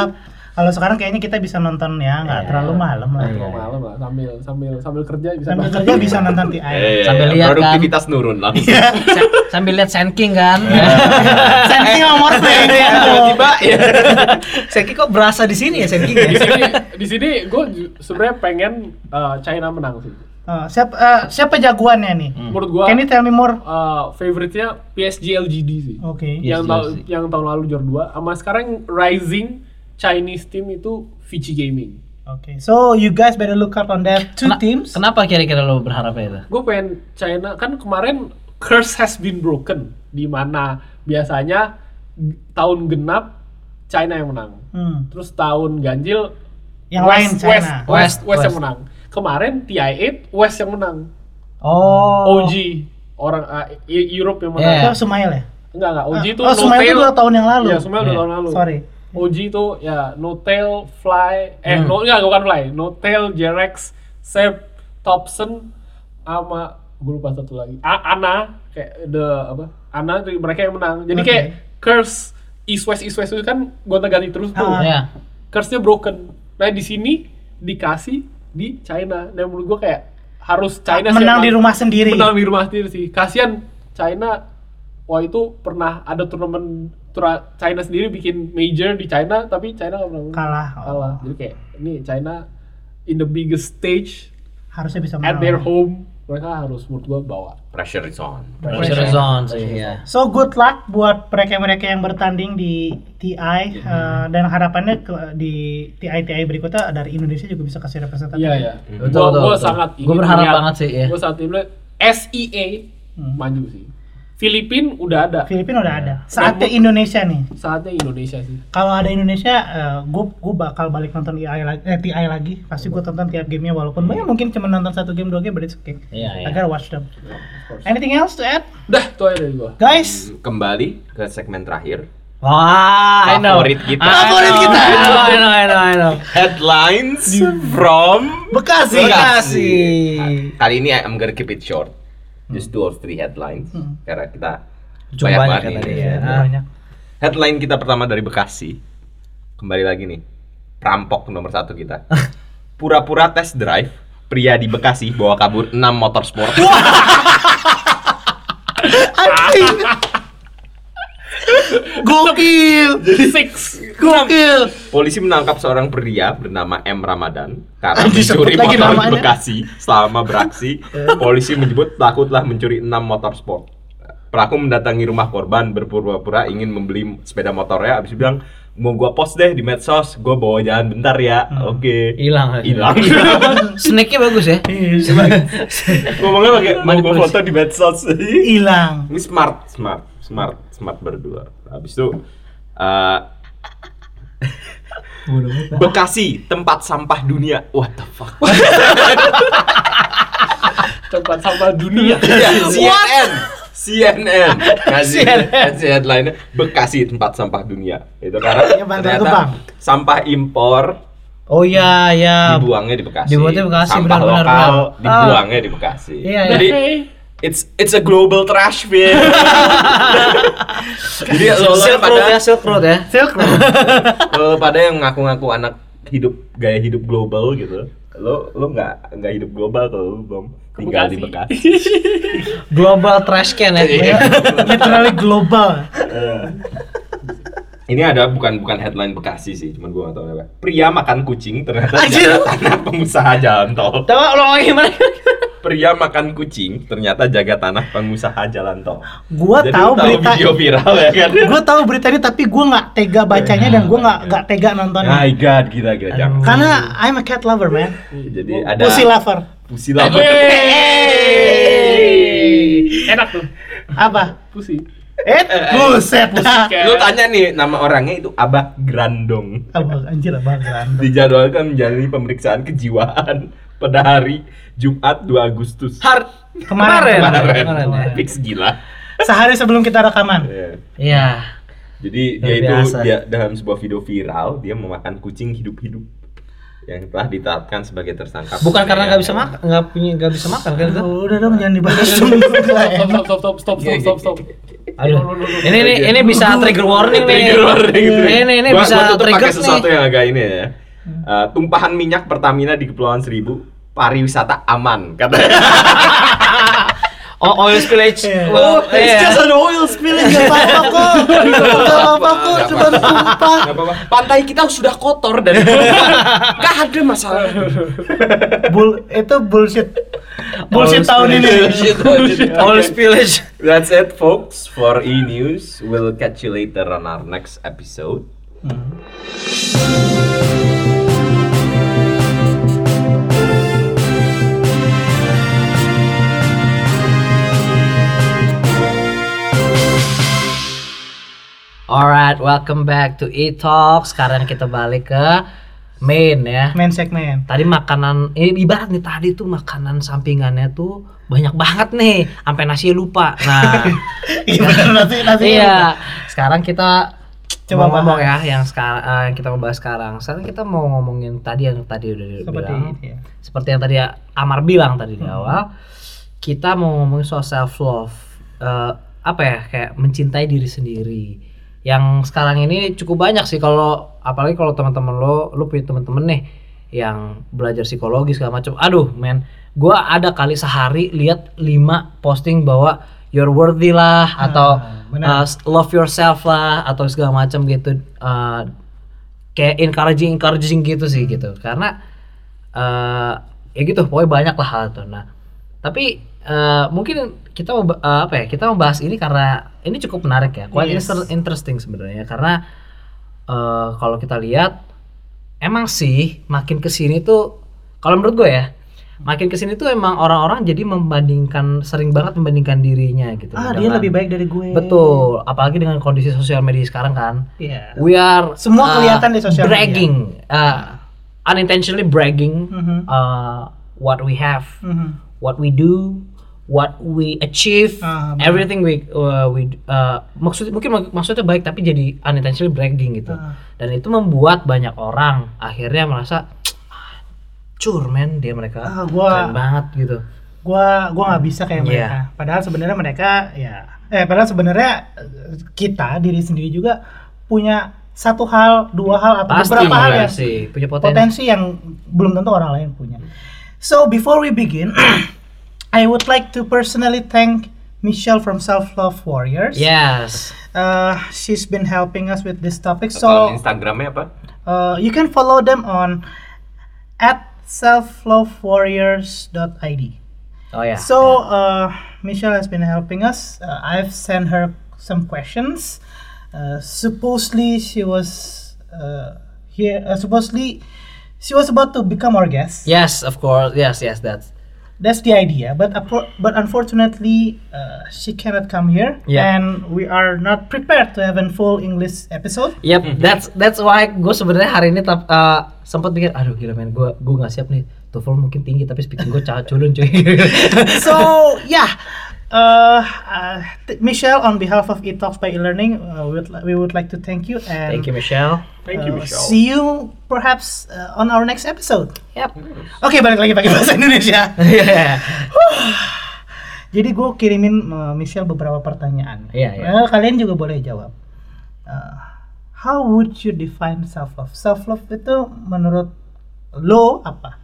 S2: Kalau sekarang kayaknya kita bisa nonton ya, nggak terlalu
S4: Iya.
S2: malam lah.
S7: Kalau malam lah, sambil sambil sambil kerja bisa.
S2: Sambil
S7: banget.
S2: kerja bisa nonton TI.
S4: Sambil lihat
S5: Eh,
S4: kan. Iya.
S5: produktivitas nurun langsung.
S4: Sa- sambil lihat Senking kan. <laughs>
S2: Sensing nomor
S5: Tiba-tiba ya.
S4: Senking kok berasa di sini ya Senking
S7: Di
S4: ya?
S7: sini di sini gue sebenarnya pengen eh, China menang sih.
S2: Siapa eh, siapa jagoannya nih?
S7: Menurut gue
S2: Can you tell me more?
S7: eh, favorite-nya PSG LGD Iya sih.
S2: Oke.
S7: Yang
S4: PSG.
S7: tahun yang tahun lalu juara dua, sama sekarang rising Chinese team itu Vici Gaming.
S2: Oke. So you guys better look up on that two
S4: Kena-
S2: teams.
S4: Kenapa kira-kira lo berharapnya itu?
S7: Gue pengen China kan kemarin curse has been broken di mana biasanya g- tahun genap China yang menang.
S2: Hmm.
S7: Terus tahun ganjil
S2: Yang lain
S7: West, West,
S2: China.
S4: Oh,
S7: West, West,
S4: West.
S7: yang menang. Kemarin TI8 West yang menang.
S2: Oh.
S7: OG orang ah, E- Europe yang
S4: iya.
S7: menang.
S2: Siapa Sumail ya?
S7: Enggak enggak. OG itu
S2: oh, Sumail itu dua tahun yang lalu.
S7: Iya, Sumail dua
S4: Iya.
S7: tahun lalu.
S2: Sorry.
S7: OG itu ya no tail fly
S2: Hmm.
S7: eh no enggak bukan fly no tail Jerex Seb Thompson sama gue lupa satu lagi A Ana kayak the apa Ana itu mereka yang menang jadi
S2: Oke.
S7: kayak curse east west east west itu kan gonta ganti terus tuh
S2: Ah.
S4: Ya.
S7: curse nya broken nah di sini dikasih di China dan menurut gue kayak harus China sih
S2: menang di
S7: yang paling-
S2: rumah sendiri.
S7: menang di rumah sendiri sih kasihan China wah itu pernah ada turnamen tura- China sendiri bikin major di China tapi China nggak pernah menang.
S2: Kalah. Oh,
S7: kalah jadi kayak ini China in the biggest stage
S2: Harusnya bisa
S7: at their
S2: menang.
S7: home mereka harus menurut gua bawa
S5: Pressure is on.
S4: Pressure is on sih ya.
S2: So good luck buat mereka-mereka yang bertanding di
S4: Iya.
S2: TI eh, dan harapannya ke- di TI TI berikutnya dari Indonesia juga bisa kasih representatif.
S7: iya ya
S4: Betul,
S7: gua,
S4: betul,
S7: gua
S4: betul.
S7: sangat
S4: Gua berharap banget sih, ya.
S7: gua sangat ingin lihat SEA maju sih Filipina udah ada
S2: Filipina udah ada.
S7: Iya.
S2: Saatnya Indonesia nih.
S7: saatnya Indonesia sih
S2: Kalau ada Indonesia, gue gue bakal balik nonton TI lagi, eh, TI lagi. Pasti gue tonton tiap gamenya walaupun ya mungkin cuma nonton satu game dua game, but it's okay.
S4: Iya, iya.
S2: I gotta watch them. Anything else to add,
S7: dah itu aja dari gua
S2: guys?
S5: Kembali ke segmen terakhir.
S4: Wah, I know.
S5: Favorit kita.
S4: Ah, I know,
S2: Favorit kita.
S4: I know, I know, I know, I know.
S5: Headlines from
S2: Bekasi.
S5: Bekasi. Kali ini I- I'm gonna keep it short. Just two or three headlines. Karena kita
S4: Cukup
S5: banyak,
S4: banyak
S5: banget
S4: ya
S5: nih.
S4: tadi
S5: Iya.
S4: ya.
S2: Banyak.
S5: Headline kita pertama dari Bekasi. Kembali lagi nih. Perampok nomor satu kita. Pura-pura test drive. Pria di Bekasi bawa kabur 6 motor sport.
S2: Gokil.
S7: six
S2: Gokil.
S5: Polisi menangkap seorang pria bernama M. Ramadan karena
S2: Disebut
S5: mencuri
S2: lagi
S5: motor di
S2: namanya.
S5: Bekasi selama
S2: <laughs>
S5: beraksi. Polisi menyebut pelaku telah mencuri 6 motor sport. Pelaku mendatangi rumah korban berpura-pura ingin membeli sepeda motornya habis bilang mau gua post deh di medsos, gua bawa jalan bentar ya.
S2: Hmm.
S5: Oke.
S4: Hilang. <laughs>
S5: Hilang.
S4: Snake-nya bagus ya.
S5: Ngomongnya pakai mau gua
S4: Manipulasi.
S5: foto di medsos.
S4: Iya.
S2: Hilang. <laughs>
S5: Ini smart, smart, smart, smart berdua. Habis itu eh, Bekasi, tempat sampah dunia. What the fuck?
S7: tempat sampah dunia
S5: Iya, CNN. CNN. Ngasih ngasih headline Bekasi tempat sampah dunia. Itu karena
S4: Iya,
S2: Ya, Bantar Gebang.
S5: ternyata sampah impor
S4: Oh iya, iya.
S5: dibuangnya di Bekasi.
S4: Dibuangnya di Bekasi,
S5: Sampah
S4: benar-benar,
S5: lokal
S4: benar. Ah.
S5: dibuangnya di Bekasi.
S4: Iya, iya.
S5: Jadi
S7: Hey.
S5: it's it's a global trash bin. Jadi lo
S4: Silk
S5: pada
S4: Road ya, Silk Road ya.
S2: Silk Road.
S5: lo pada yang ngaku-ngaku anak hidup gaya hidup global gitu. Lo lo nggak nggak hidup global kalau lo belum tinggal di Bekasi.
S4: Global trash can ya.
S2: Literally global.
S5: Ini ada bukan bukan headline Bekasi sih, cuman gua gak tahu apa. Pria makan kucing ternyata di
S2: Anjir.
S5: atas tanah pengusaha jalan tol.
S4: Coba ulang lagi gimana?
S5: Pria makan kucing ternyata jaga tanah pengusaha jalan tol.
S2: Gua
S5: Jadi
S2: tahu
S5: lu
S2: berita.
S5: video viral ya kan?
S2: Gue tahu berita ini tapi gue nggak tega bacanya dan gue nggak nggak tega nontonnya.
S5: My God, gila gila jangan.
S2: Karena I'm a cat lover man.
S5: Jadi ada
S2: Pussy lover.
S5: pusi lah.
S7: enak tuh
S2: Apa?
S7: pusing
S2: Eh, buset.
S5: Lu tanya nih nama orangnya itu Abah Grandong.
S2: Abang anjir abang geran.
S5: Dijadwalkan menjalani pemeriksaan kejiwaan pada hari Jumat 2 Agustus. Har
S2: Kemarin.
S5: kemarin.
S4: Kemarin, ya.
S5: Fix gila.
S2: Sehari sebelum kita rekaman.
S5: Iya.
S4: Iya.
S5: Jadi
S4: Luar
S5: dia itu
S4: biasa.
S5: dia dalam sebuah video viral dia memakan kucing hidup-hidup. yang telah ditetapkan sebagai tersangka.
S4: Bukan karena
S5: penganiayaan.
S4: nggak bisa makan, nggak punya nggak bisa makan kan itu?
S2: udah dong jangan dibahas temen
S7: Stop, stop, stop, stop, stop, stop, stop, stop.
S4: <laughs> Aduh. Ini ini ini bisa trigger warning nih.
S5: Trigger warning,
S4: Ini ini, ini
S5: Gua-
S4: bisa
S5: gua tutup
S4: trigger
S5: pakai sesuatu
S4: nih.
S5: yang agak ini ya. Eh, tumpahan minyak Pertamina di Kepulauan Seribu pariwisata aman katanya.
S4: Oh, oil spillage.
S5: Iya. Oh,
S4: Well,
S2: it's
S4: yeah.
S2: just an oil spill nggak apa-apa kok nggak apa-apa kok
S5: Nggak
S2: cuma
S5: apa-apa.
S2: tumpah
S5: Nggak apa-apa.
S3: Pantai kita sudah kotor dari dulu. Gak ada masalah.
S2: Bull, itu bullshit bullshit
S4: Oil
S2: tahun ini
S4: <laughs> Oil spillage.
S5: That's it folks for E News. We'll catch you later on our next episode.
S4: Alright, welcome back to E-Talk. Sekarang kita balik ke main ya.
S2: main segmen
S4: Tadi makanan, eh, ibarat nih tadi tuh makanan sampingannya tuh banyak banget nih, sampai nasi lupa. Nah, <laughs>
S2: iya bener, nanti nanti
S4: iya. Sekarang kita
S2: Coba
S4: mau ngomong
S2: bahas.
S4: ya, yang sekarang eh, yang kita mau bahas sekarang. Sekarang kita mau ngomongin tadi yang tadi udah
S2: seperti
S4: dibilang,
S2: ini ya.
S4: seperti yang tadi ya, Amar bilang tadi di awal, kita mau ngomongin soal self love, Eh, apa ya kayak mencintai diri sendiri. Yang sekarang ini cukup banyak sih kalau apalagi kalau teman-teman lo, lo punya teman-teman nih yang belajar psikologi segala macam. Aduh, men, gua ada kali sehari lihat 5 posting bahwa you're worthy lah atau
S2: benar.
S4: eh, love yourself lah atau segala macam gitu. Eh, kayak encouraging encouraging gitu sih
S2: Hmm.
S4: gitu karena eh ya gitu pokoknya banyak lah hal itu nah tapi eh, mungkin kita mau ba- eh, apa ya kita mau bahas ini karena ini cukup menarik ya quite
S2: Yes.
S4: inter- interesting sebenarnya karena eh, kalau kita lihat emang sih makin kesini tuh kalau menurut gue ya makin kesini tuh emang orang-orang jadi membandingkan sering banget membandingkan dirinya gitu
S2: ah dia
S4: dengan-
S2: lebih baik dari gue
S4: betul apalagi dengan kondisi sosial media sekarang kan
S2: iya
S4: we are uh,
S2: Semua kelihatan di sosial media.
S4: bragging uh, unintentionally bragging
S2: Mhm.
S4: uh, what we have
S2: Mhm.
S4: what we do what we achieve
S2: Ah, benar.
S4: everything we uh, we uh, maksud mungkin mak- maksudnya baik tapi jadi unintentionally bragging gitu
S2: Ah.
S4: dan itu membuat banyak orang akhirnya merasa "Ah, cur men dia mereka
S2: Ah, gua-
S4: keren banget gitu
S2: gua gua nggak bisa
S4: Iya.
S2: kayak mereka padahal sebenarnya mereka ya eh padahal sebenarnya eh, kita diri sendiri juga punya satu hal dua hal atau
S4: pasti
S2: beberapa hal
S4: mereka
S2: yang
S4: sih punya potensi
S2: potensi yang belum tentu orang lain punya so before we begin <clears throat> I would like to personally thank Michelle from Self Love Warriors
S4: yes
S2: Uh, she's been helping us with this topic
S5: So,
S2: so
S5: Instagramnya apa?
S2: uh, you can follow them on at selflovewarriors.id
S4: oh ya
S2: So uh, Michelle has been helping us. Uh, I've sent her some questions. Uh, supposedly she was uh, here. Uh, supposedly she was about to become our guest.
S4: yes of course yes yes that's
S2: That's the idea. But appro- but unfortunately uh, she cannot come here,
S4: Yeah.
S2: and we are not prepared to have a full English episode.
S4: <laughs> Yep, that's that's why gue sebenarnya hari ini tap, eh, sempat pikir, aduh gila men, gue gue nggak siap nih. TOEFL mungkin tinggi tapi speaking gue cah culun cuy. <laughs>
S2: so yeah uh, uh, th- michelle on behalf of etalks by e-learning uh, we, would li- we would like to thank you and
S4: Thank you Michelle.
S5: Thank you
S2: uh,
S5: Michelle.
S2: see you perhaps uh, on our next episode
S4: Yep.
S2: oke balik lagi <laughs> pakai bahasa Indonesia
S4: Iya.
S2: jadi gue kirimin uh, Michelle beberapa pertanyaan
S4: Iya, iya.
S2: Nah, kalian juga boleh jawab Uh, how would you define self love self love itu menurut lo apa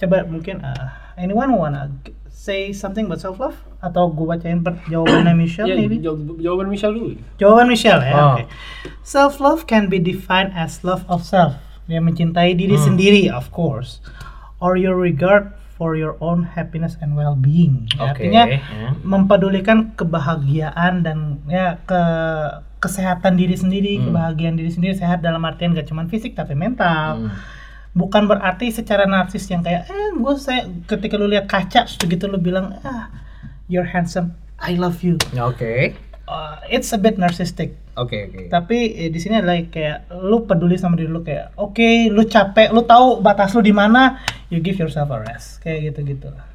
S2: coba mungkin uh, anyone wanna g- say something about self love atau gue bacain per- jawabannya Michelle
S7: Ya,
S2: maybe
S7: jaw- jawaban Michelle dulu.
S2: Jawaban Michelle ya.
S4: Oh.
S2: oke. Self love can be defined as love of self, yang mencintai diri
S4: Hmm.
S2: sendiri, of course, or your regard for your own happiness and well-being. Ya,
S4: Oke,
S2: Artinya
S4: ya.
S2: mempedulikan kebahagiaan dan ya ke kesehatan diri sendiri,
S4: Hmm.
S2: kebahagiaan diri sendiri sehat dalam artian gak cuman fisik tapi
S4: Hmm.
S2: mental. Bukan berarti secara narsis yang kayak eh gue saya ketika lu lihat kaca segitu lu bilang ah you're handsome, I love you.
S4: <laughs> Oke.
S2: Uh, it's a bit narcissistic
S4: Oke oke.
S2: tapi eh, di sini adalah kayak lu peduli sama diri lu kayak oke lu capek lu tahu batas lu di mana you give yourself a rest kayak gitu gitu lah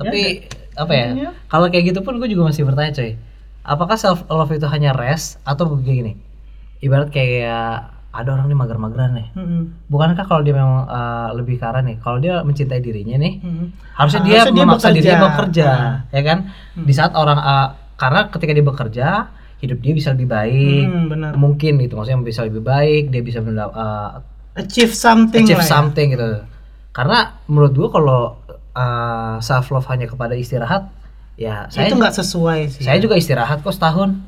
S4: Tapi apa ya?
S2: Intinya-
S4: Kalau kayak gitu pun gue juga masih bertanya coy. Apakah self love itu hanya rest atau kayak gini? Ibarat kayak ada orang nih mager-mageran nih
S2: Mm-mm.
S4: bukankah kalau dia memang eh, lebih ke arah nih kalau dia mencintai dirinya nih
S2: Mm-mm.
S4: harusnya dia
S2: Ah, Harusnya dia
S4: memaksa
S2: bekerja.
S4: dirinya bekerja
S2: Ah.
S4: ya kan di saat orang eh, karena ketika dia bekerja hidup dia bisa lebih baik
S2: Hmm, benar.
S4: mungkin gitu maksudnya bisa lebih baik dia bisa mendap- eh,
S2: Achieve something
S4: achieve
S2: lah ya.
S4: something gitu karena menurut gua kalau eh, self love hanya kepada istirahat ya saya
S2: Itu nggak sesuai sih.
S4: saya Nah. juga istirahat kok setahun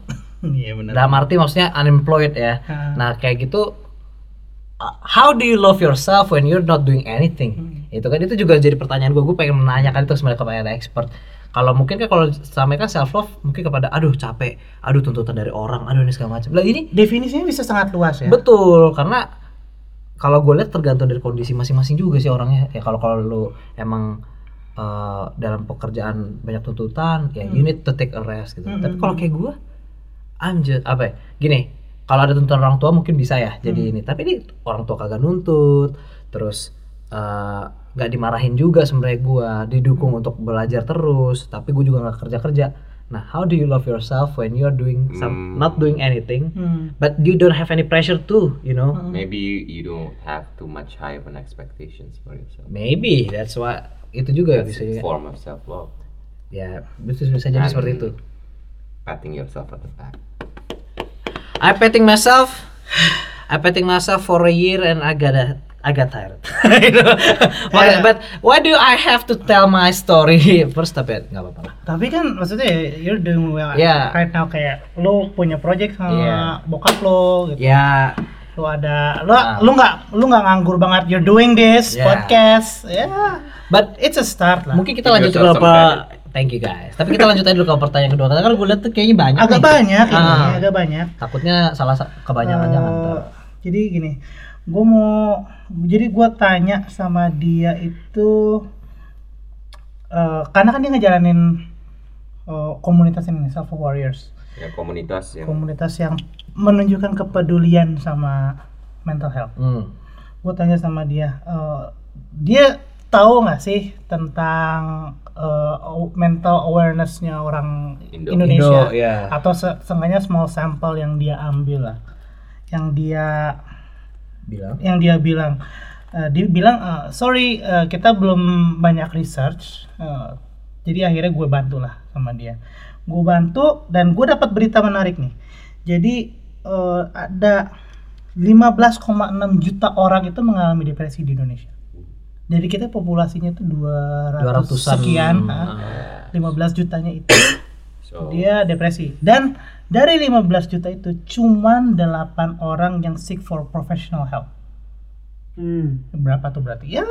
S2: Iya benar.
S4: dalam arti maksudnya unemployed ya
S2: Ah.
S4: nah kayak gitu uh, how do you love yourself when you're not doing anything itu kan itu juga jadi pertanyaan gue gue pengen menanyakan itu sebenarnya kepada expert kalau mungkin kan kalau sama kan self love mungkin kepada aduh capek aduh tuntutan dari orang aduh ini segala macam lah ini
S2: Definisinya bisa sangat luas ya.
S4: betul karena kalau gue lihat tergantung dari kondisi masing-masing juga sih orangnya ya kalau kalau lu emang uh, dalam pekerjaan banyak tuntutan ya you need to take a rest gitu tapi kalau kayak gue I'm just apa ya, gini kalau ada tuntutan orang tua mungkin bisa ya jadi ini tapi ini orang tua kagak nuntut terus eh, nggak dimarahin juga sebenarnya gua didukung untuk belajar terus tapi gue juga nggak kerja kerja nah how do you love yourself when you're doing some
S5: Hmm.
S4: not doing anything
S2: Hmm.
S4: but you don't have any pressure too you know
S5: Maybe you don't have too much high of an expectations for yourself.
S4: maybe that's why itu juga
S5: That's
S4: Iya, bisa
S5: a
S4: juga
S5: form of self love.
S4: ya bisa bisa jadi
S5: And-
S4: seperti itu
S5: Patting yourself on the back.
S4: I petting myself I petting myself for a year and I got a I got tired. <laughs> You know? But- But why do I have to tell my story <laughs> first? Tapi nggak apa-apa lah.
S2: Tapi kan maksudnya ya, you're doing well
S4: Yeah.
S2: right now kayak lo punya project sama
S4: Yeah.
S2: bokap lo gitu.
S4: Ya,
S2: Lo ada lo
S4: Ah.
S2: lu nggak lu nggak nganggur banget you're doing this
S4: Yeah.
S2: podcast. Ya. Yeah.
S4: but
S2: It's a start lah.
S4: mungkin kita
S5: Give
S4: lanjut ke
S5: yourself some
S4: beberapa. Thank you guys. Tapi kita lanjut aja dulu ke pertanyaan kedua. Karena kan gue lihat tuh kayaknya banyak.
S2: agak
S4: nih.
S2: banyak ini,
S4: Ah.
S2: agak banyak.
S4: Takutnya salah sa- kebanyakan
S2: Eh,
S4: jangan. ntar.
S2: Jadi gini, gue mau jadi gue tanya sama dia itu eh, karena kan dia ngejalanin eh, komunitas ini self warriors,
S5: Ya, komunitas yang
S2: komunitas yang menunjukkan kepedulian sama mental health.
S4: Hmm.
S2: Gue tanya sama dia, eh, dia tahu nggak sih tentang eh, aw- mental awarenessnya orang
S5: Indo.
S2: Indonesia?
S4: Indo, ya.
S2: Atau se- seenggaknya small sample yang dia ambil lah, yang dia
S4: Bilang.
S2: yang dia bilang Eh, dia bilang eh, sorry eh, kita belum banyak research Eh, jadi akhirnya gue bantu lah sama dia gue bantu dan gue dapat berita menarik nih jadi eh, ada 15,6 juta orang itu mengalami depresi di Indonesia jadi kita populasinya itu 200
S4: 200-an.
S2: sekian ah. 15 jutanya itu
S5: so
S2: dia depresi dan dari 15 juta itu cuman 8 orang yang seek for professional help
S7: Hmm.
S2: berapa tuh berarti ya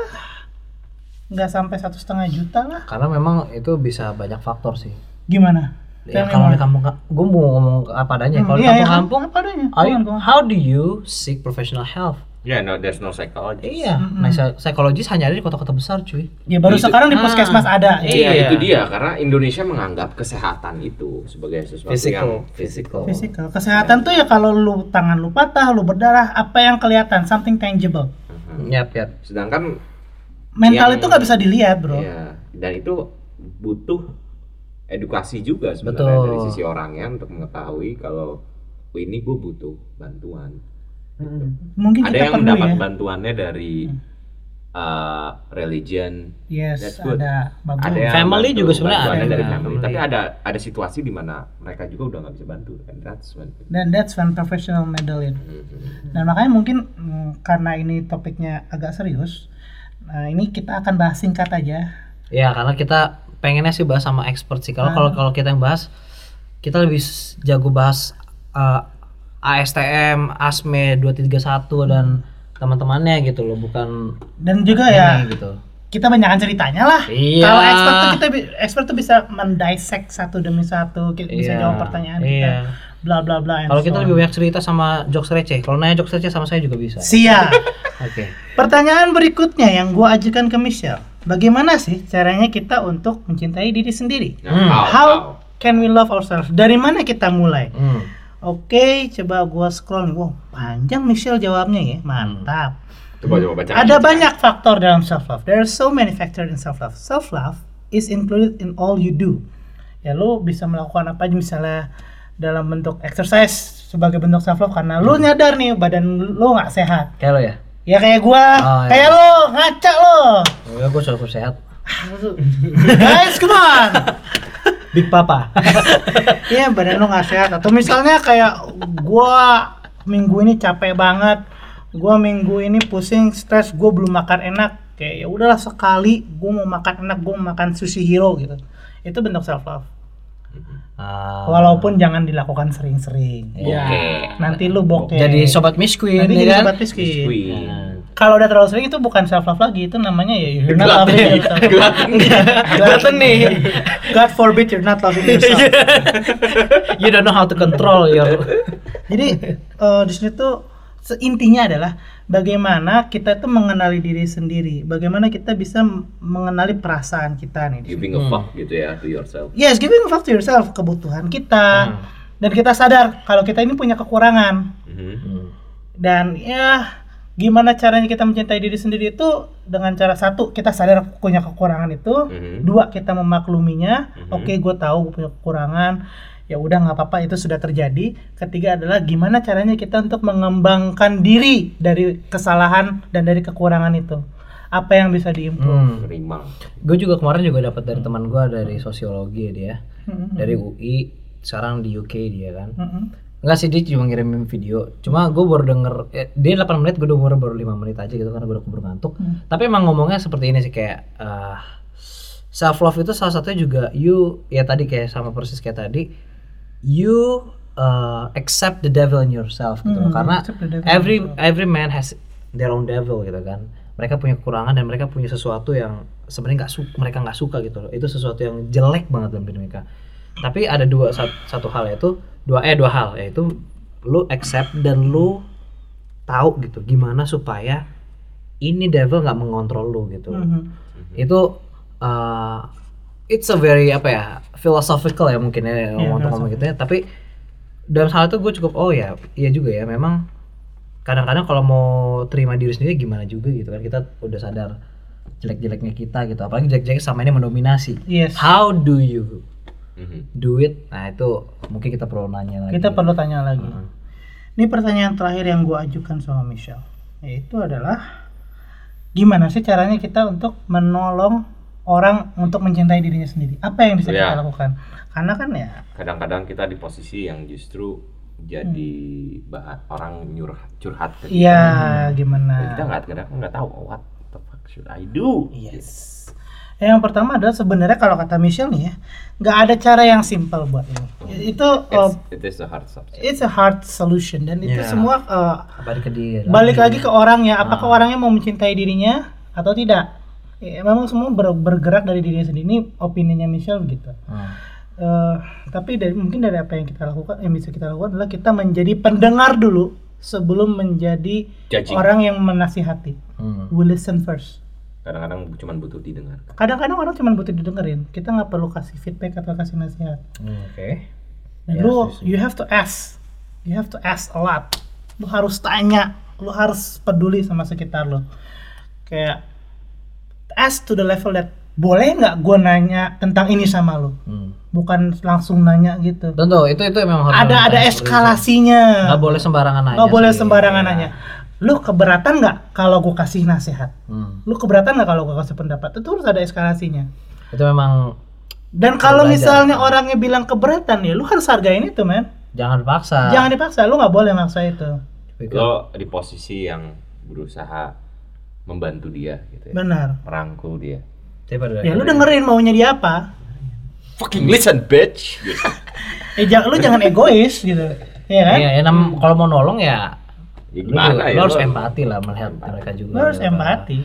S2: nggak sampai satu setengah juta lah
S4: Karena memang itu bisa banyak faktor sih.
S2: gimana
S4: Ya,
S2: Tell me
S4: kalau
S2: more.
S4: di kampung, gue mau ngomong apa adanya.
S2: Hmm,
S4: Kalau di
S2: iya, iya,
S4: kampung-kampung,
S2: apa adanya
S4: Are you-
S2: Gimana, gimana?
S4: how do you seek professional help?
S5: yeah, no, there's no psychology.
S4: Iya,
S2: Hmm,
S4: nah psy- psikologis hanya ada di kota-kota besar, cuy.
S2: ya baru
S5: Itu-
S2: sekarang
S4: Ah.
S2: di puskesmas ada
S5: Iya,
S4: Iya.
S5: itu dia karena Indonesia menganggap kesehatan itu sebagai sesuatu yang
S2: Physical.
S5: physical.
S2: Iya, kesehatan tuh ya kalau lu tangan lu patah lu berdarah apa yang kelihatan something tangible
S4: Yap, yap.
S5: Sedangkan
S2: mental itu
S5: Yang-
S2: nggak bisa dilihat bro
S5: ya dan itu butuh edukasi juga sebenarnya
S4: Betul.
S5: dari sisi orangnya untuk mengetahui kalau "Oh, ini gue butuh bantuan.
S2: mungkin
S5: ada
S2: kita
S5: yang
S2: perlu
S5: mendapat
S2: ya
S5: bantuannya dari uh, religion That's
S2: yes
S5: good.
S2: ada bagus
S5: ada yang
S4: Family
S5: bantu-
S4: juga sebenarnya
S5: bantuannya
S2: ada.
S5: dari
S4: Iya,
S5: family.
S4: family.
S5: tapi ada ada situasi di mana mereka juga udah nggak bisa bantu and that's when
S2: dan that's when professional medal in dan makanya mungkin mm, karena ini topiknya agak serius nah ini kita akan bahas singkat aja
S4: Ya, karena kita pengennya sih bahas sama expert sih. Kalau
S2: Hmm.
S4: kalau kalau kita yang bahas, kita lebih s- jago bahas eh, ASTM, ASME 231 dan teman-temannya gitu loh, bukan
S2: dan juga
S4: ini
S2: ya
S4: gitu.
S2: kita banyakkan ceritanya lah.
S4: Iya.
S2: Kalau expert tuh kita bi- expert tuh bisa mendisek satu demi satu, kita bisa
S4: Iya.
S2: jawab pertanyaan kita,
S4: Iya.
S2: bla bla bla. and
S4: Kalau
S2: so
S4: kita
S2: on.
S4: lebih banyak cerita sama jokes receh. Kalau nanya jokes receh sama saya juga bisa.
S2: siap.
S4: Oke.
S2: Pertanyaan berikutnya yang gua ajukan ke Michelle, bagaimana sih caranya kita untuk mencintai diri sendiri?
S5: Nah, how,
S2: How
S5: how?
S2: can we love ourselves? Dari mana kita mulai?
S4: Hmm.
S2: Oke, coba gua scroll nih. Wow, panjang Michelle jawabnya ya. Mantap.
S5: coba coba baca
S2: Ada banyak faktor dalam self love. There are so many factors in self love. Self love is included in all you do. Ya lo bisa melakukan apa aja misalnya dalam bentuk exercise sebagai bentuk self love karena lu nyadar nih badan lu nggak sehat
S4: Kayak lo ya?
S2: ya kayak gua
S4: Oh, iya.
S2: kayak lo ngaca lo
S4: Enggak, gue cukup sehat.
S2: guys come on big papa <laughs> Iya badan lu nggak sehat atau misalnya kayak gua minggu ini capek banget gua minggu ini pusing stres gua belum makan enak kayak ya udahlah sekali gua mau makan enak gua mau makan sushi hero gitu itu bentuk self love
S4: <laughs> Ah,
S2: walaupun jangan dilakukan sering-sering Ya.
S4: iya.
S2: nanti lu bokeh
S4: Jadi sobat miskin,
S2: nanti
S4: ya
S2: jadi
S4: kan?
S2: sobat miskin
S5: Wih.
S2: kalau udah terlalu sering itu bukan self love lagi itu namanya ya you're not
S5: Gelatin.
S2: loving yourself <laughs>
S5: Gelatin.
S2: Gelatin nih God forbid you're not
S4: <laughs>
S2: loving
S4: Iya.
S2: yourself
S4: <laughs> you don't know how to control
S2: <laughs>
S4: your.
S2: jadi eh, di sini tuh se- intinya adalah bagaimana kita tuh mengenali diri sendiri bagaimana kita bisa m- mengenali perasaan kita nih di sini.
S5: Giving a fuck gitu ya to yourself.
S2: yes giving a fuck to yourself kebutuhan kita dan kita sadar kalau kita ini punya kekurangan
S5: Mhm.
S4: Hmm.
S2: dan ya gimana caranya kita mencintai diri sendiri itu dengan cara satu kita sadar punya kekurangan itu
S5: Mhm.
S2: dua kita memakluminya
S5: Mhm.
S2: oke gue tahu gue punya kekurangan ya udah nggak apa-apa itu sudah terjadi ketiga adalah gimana caranya kita untuk mengembangkan diri dari kesalahan dan dari kekurangan itu apa yang bisa diimprove
S4: Hmm.
S5: Rimang.
S4: Gue juga kemarin juga dapat dari teman gue dari sosiologi dia,
S5: Mhm.
S4: dari UI, sekarang di UK dia kan.
S2: Mm-mm.
S4: Enggak sih dia cuma ngirimin video. Cuma gue baru denger eh, dia 8 menit, gue baru baru 5 menit aja gitu karena gue udah keburu ngantuk.
S2: Hmm.
S4: Tapi emang ngomongnya seperti ini sih kayak self love itu salah satunya juga you ya tadi kayak sama persis kayak tadi you uh, accept the devil in yourself gitu loh.
S2: Hmm,
S4: Karena
S2: accept the devil in
S4: every
S2: yourself.
S4: every man has their own devil gitu kan. Mereka punya kekurangan dan mereka punya sesuatu yang sebenarnya nggak suka mereka nggak suka gitu loh. Itu sesuatu yang jelek banget dalam diri mereka. Tapi ada dua sat- satu hal yaitu dua eh dua hal yaitu lu accept dan lu tahu gitu gimana supaya ini devil nggak mengontrol lu gitu.
S2: Mhm.
S4: Itu uh, it's a very apa ya philosophical ya mungkin
S2: Iya,
S4: ya ngomong-ngomong gitu ya. Tapi dalam hal itu gue cukup oh ya iya juga ya memang kadang-kadang kalau mau terima diri sendiri gimana juga gitu kan kita udah sadar jelek-jeleknya kita gitu apalagi jelek-jeleknya sama ini mendominasi
S2: Yes.
S4: how do you
S5: Mhm.
S4: do it nah itu mungkin kita perlu nanya lagi
S2: kita perlu tanya lagi
S5: Hmm.
S2: ini pertanyaan terakhir yang gue ajukan sama Michelle yaitu adalah gimana sih caranya kita untuk menolong orang untuk mencintai dirinya sendiri apa yang bisa
S5: Iya.
S2: kita lakukan karena kan ya
S5: Kadang-kadang kita di posisi yang justru jadi bahan orang nyuruh curhat ke kita.
S2: iya gimana
S5: Dan Hmm. Ya, Kita nggak kadang nggak tahu oh, what the fuck should I do. Gitu.
S2: yes yang pertama adalah sebenarnya kalau kata Michelle nih ya nggak ada cara yang simple buat ini itu uh,
S5: It's, Ya. it is a hard subject.
S2: it's a hard solution dan itu
S4: Iya.
S2: semua uh,
S4: balik ke diri
S2: balik lagi ke orangnya apakah orangnya mau mencintai dirinya atau tidak ya, memang semua ber- bergerak dari dirinya sendiri ini opininya Michelle gitu
S4: Hmm.
S2: Eh, tapi dari mungkin dari apa yang kita lakukan yang bisa kita lakukan adalah kita menjadi pendengar dulu sebelum menjadi
S5: Judging.
S2: orang yang menasihati
S4: Hmm.
S2: we listen first
S5: Kadang-kadang cuma butuh didengar.
S2: kadang-kadang orang cuma butuh didengerin kita nggak perlu kasih feedback atau kasih nasihat
S4: Hmm, oke
S2: Dan
S4: Iya
S2: lu you have to ask you have to ask a lot lu harus tanya lu harus peduli sama sekitar lu kayak ask to the level that boleh nggak gue nanya tentang ini sama lu
S4: Hmm.
S2: bukan langsung nanya gitu
S4: Tentu itu itu memang harus
S2: ada ada eskalasinya
S4: nggak boleh sembarangan nanya
S2: nggak boleh
S4: sih.
S2: sembarangan
S4: Iya.
S2: nanya lu keberatan nggak kalau gue kasih nasihat
S4: Hmm.
S2: lu keberatan nggak kalau gue kasih pendapat itu harus ada eskalasinya
S4: itu memang
S2: dan kalau
S4: Belajar.
S2: misalnya orangnya bilang keberatan ya lu harus hargain itu men
S4: jangan dipaksa
S2: jangan dipaksa lu nggak boleh maksa itu
S4: Because-
S5: Lo di posisi yang berusaha membantu dia gitu ya.
S2: benar
S5: Merangkul dia.
S4: Tapi pada
S2: ya lu
S4: akhirnya-
S2: dengerin maunya dia apa
S5: Fucking listen bitch.
S2: eh jangan lu jangan
S5: <laughs>
S2: egois gitu ya kan
S4: Iya, ya, nam- kalau mau nolong ya,
S5: Ya,
S4: lu, juga-
S5: gimana ya?
S4: lu harus
S5: lo?
S4: empati lah melihat mereka juga.
S2: lu harus
S4: gitu.
S2: empati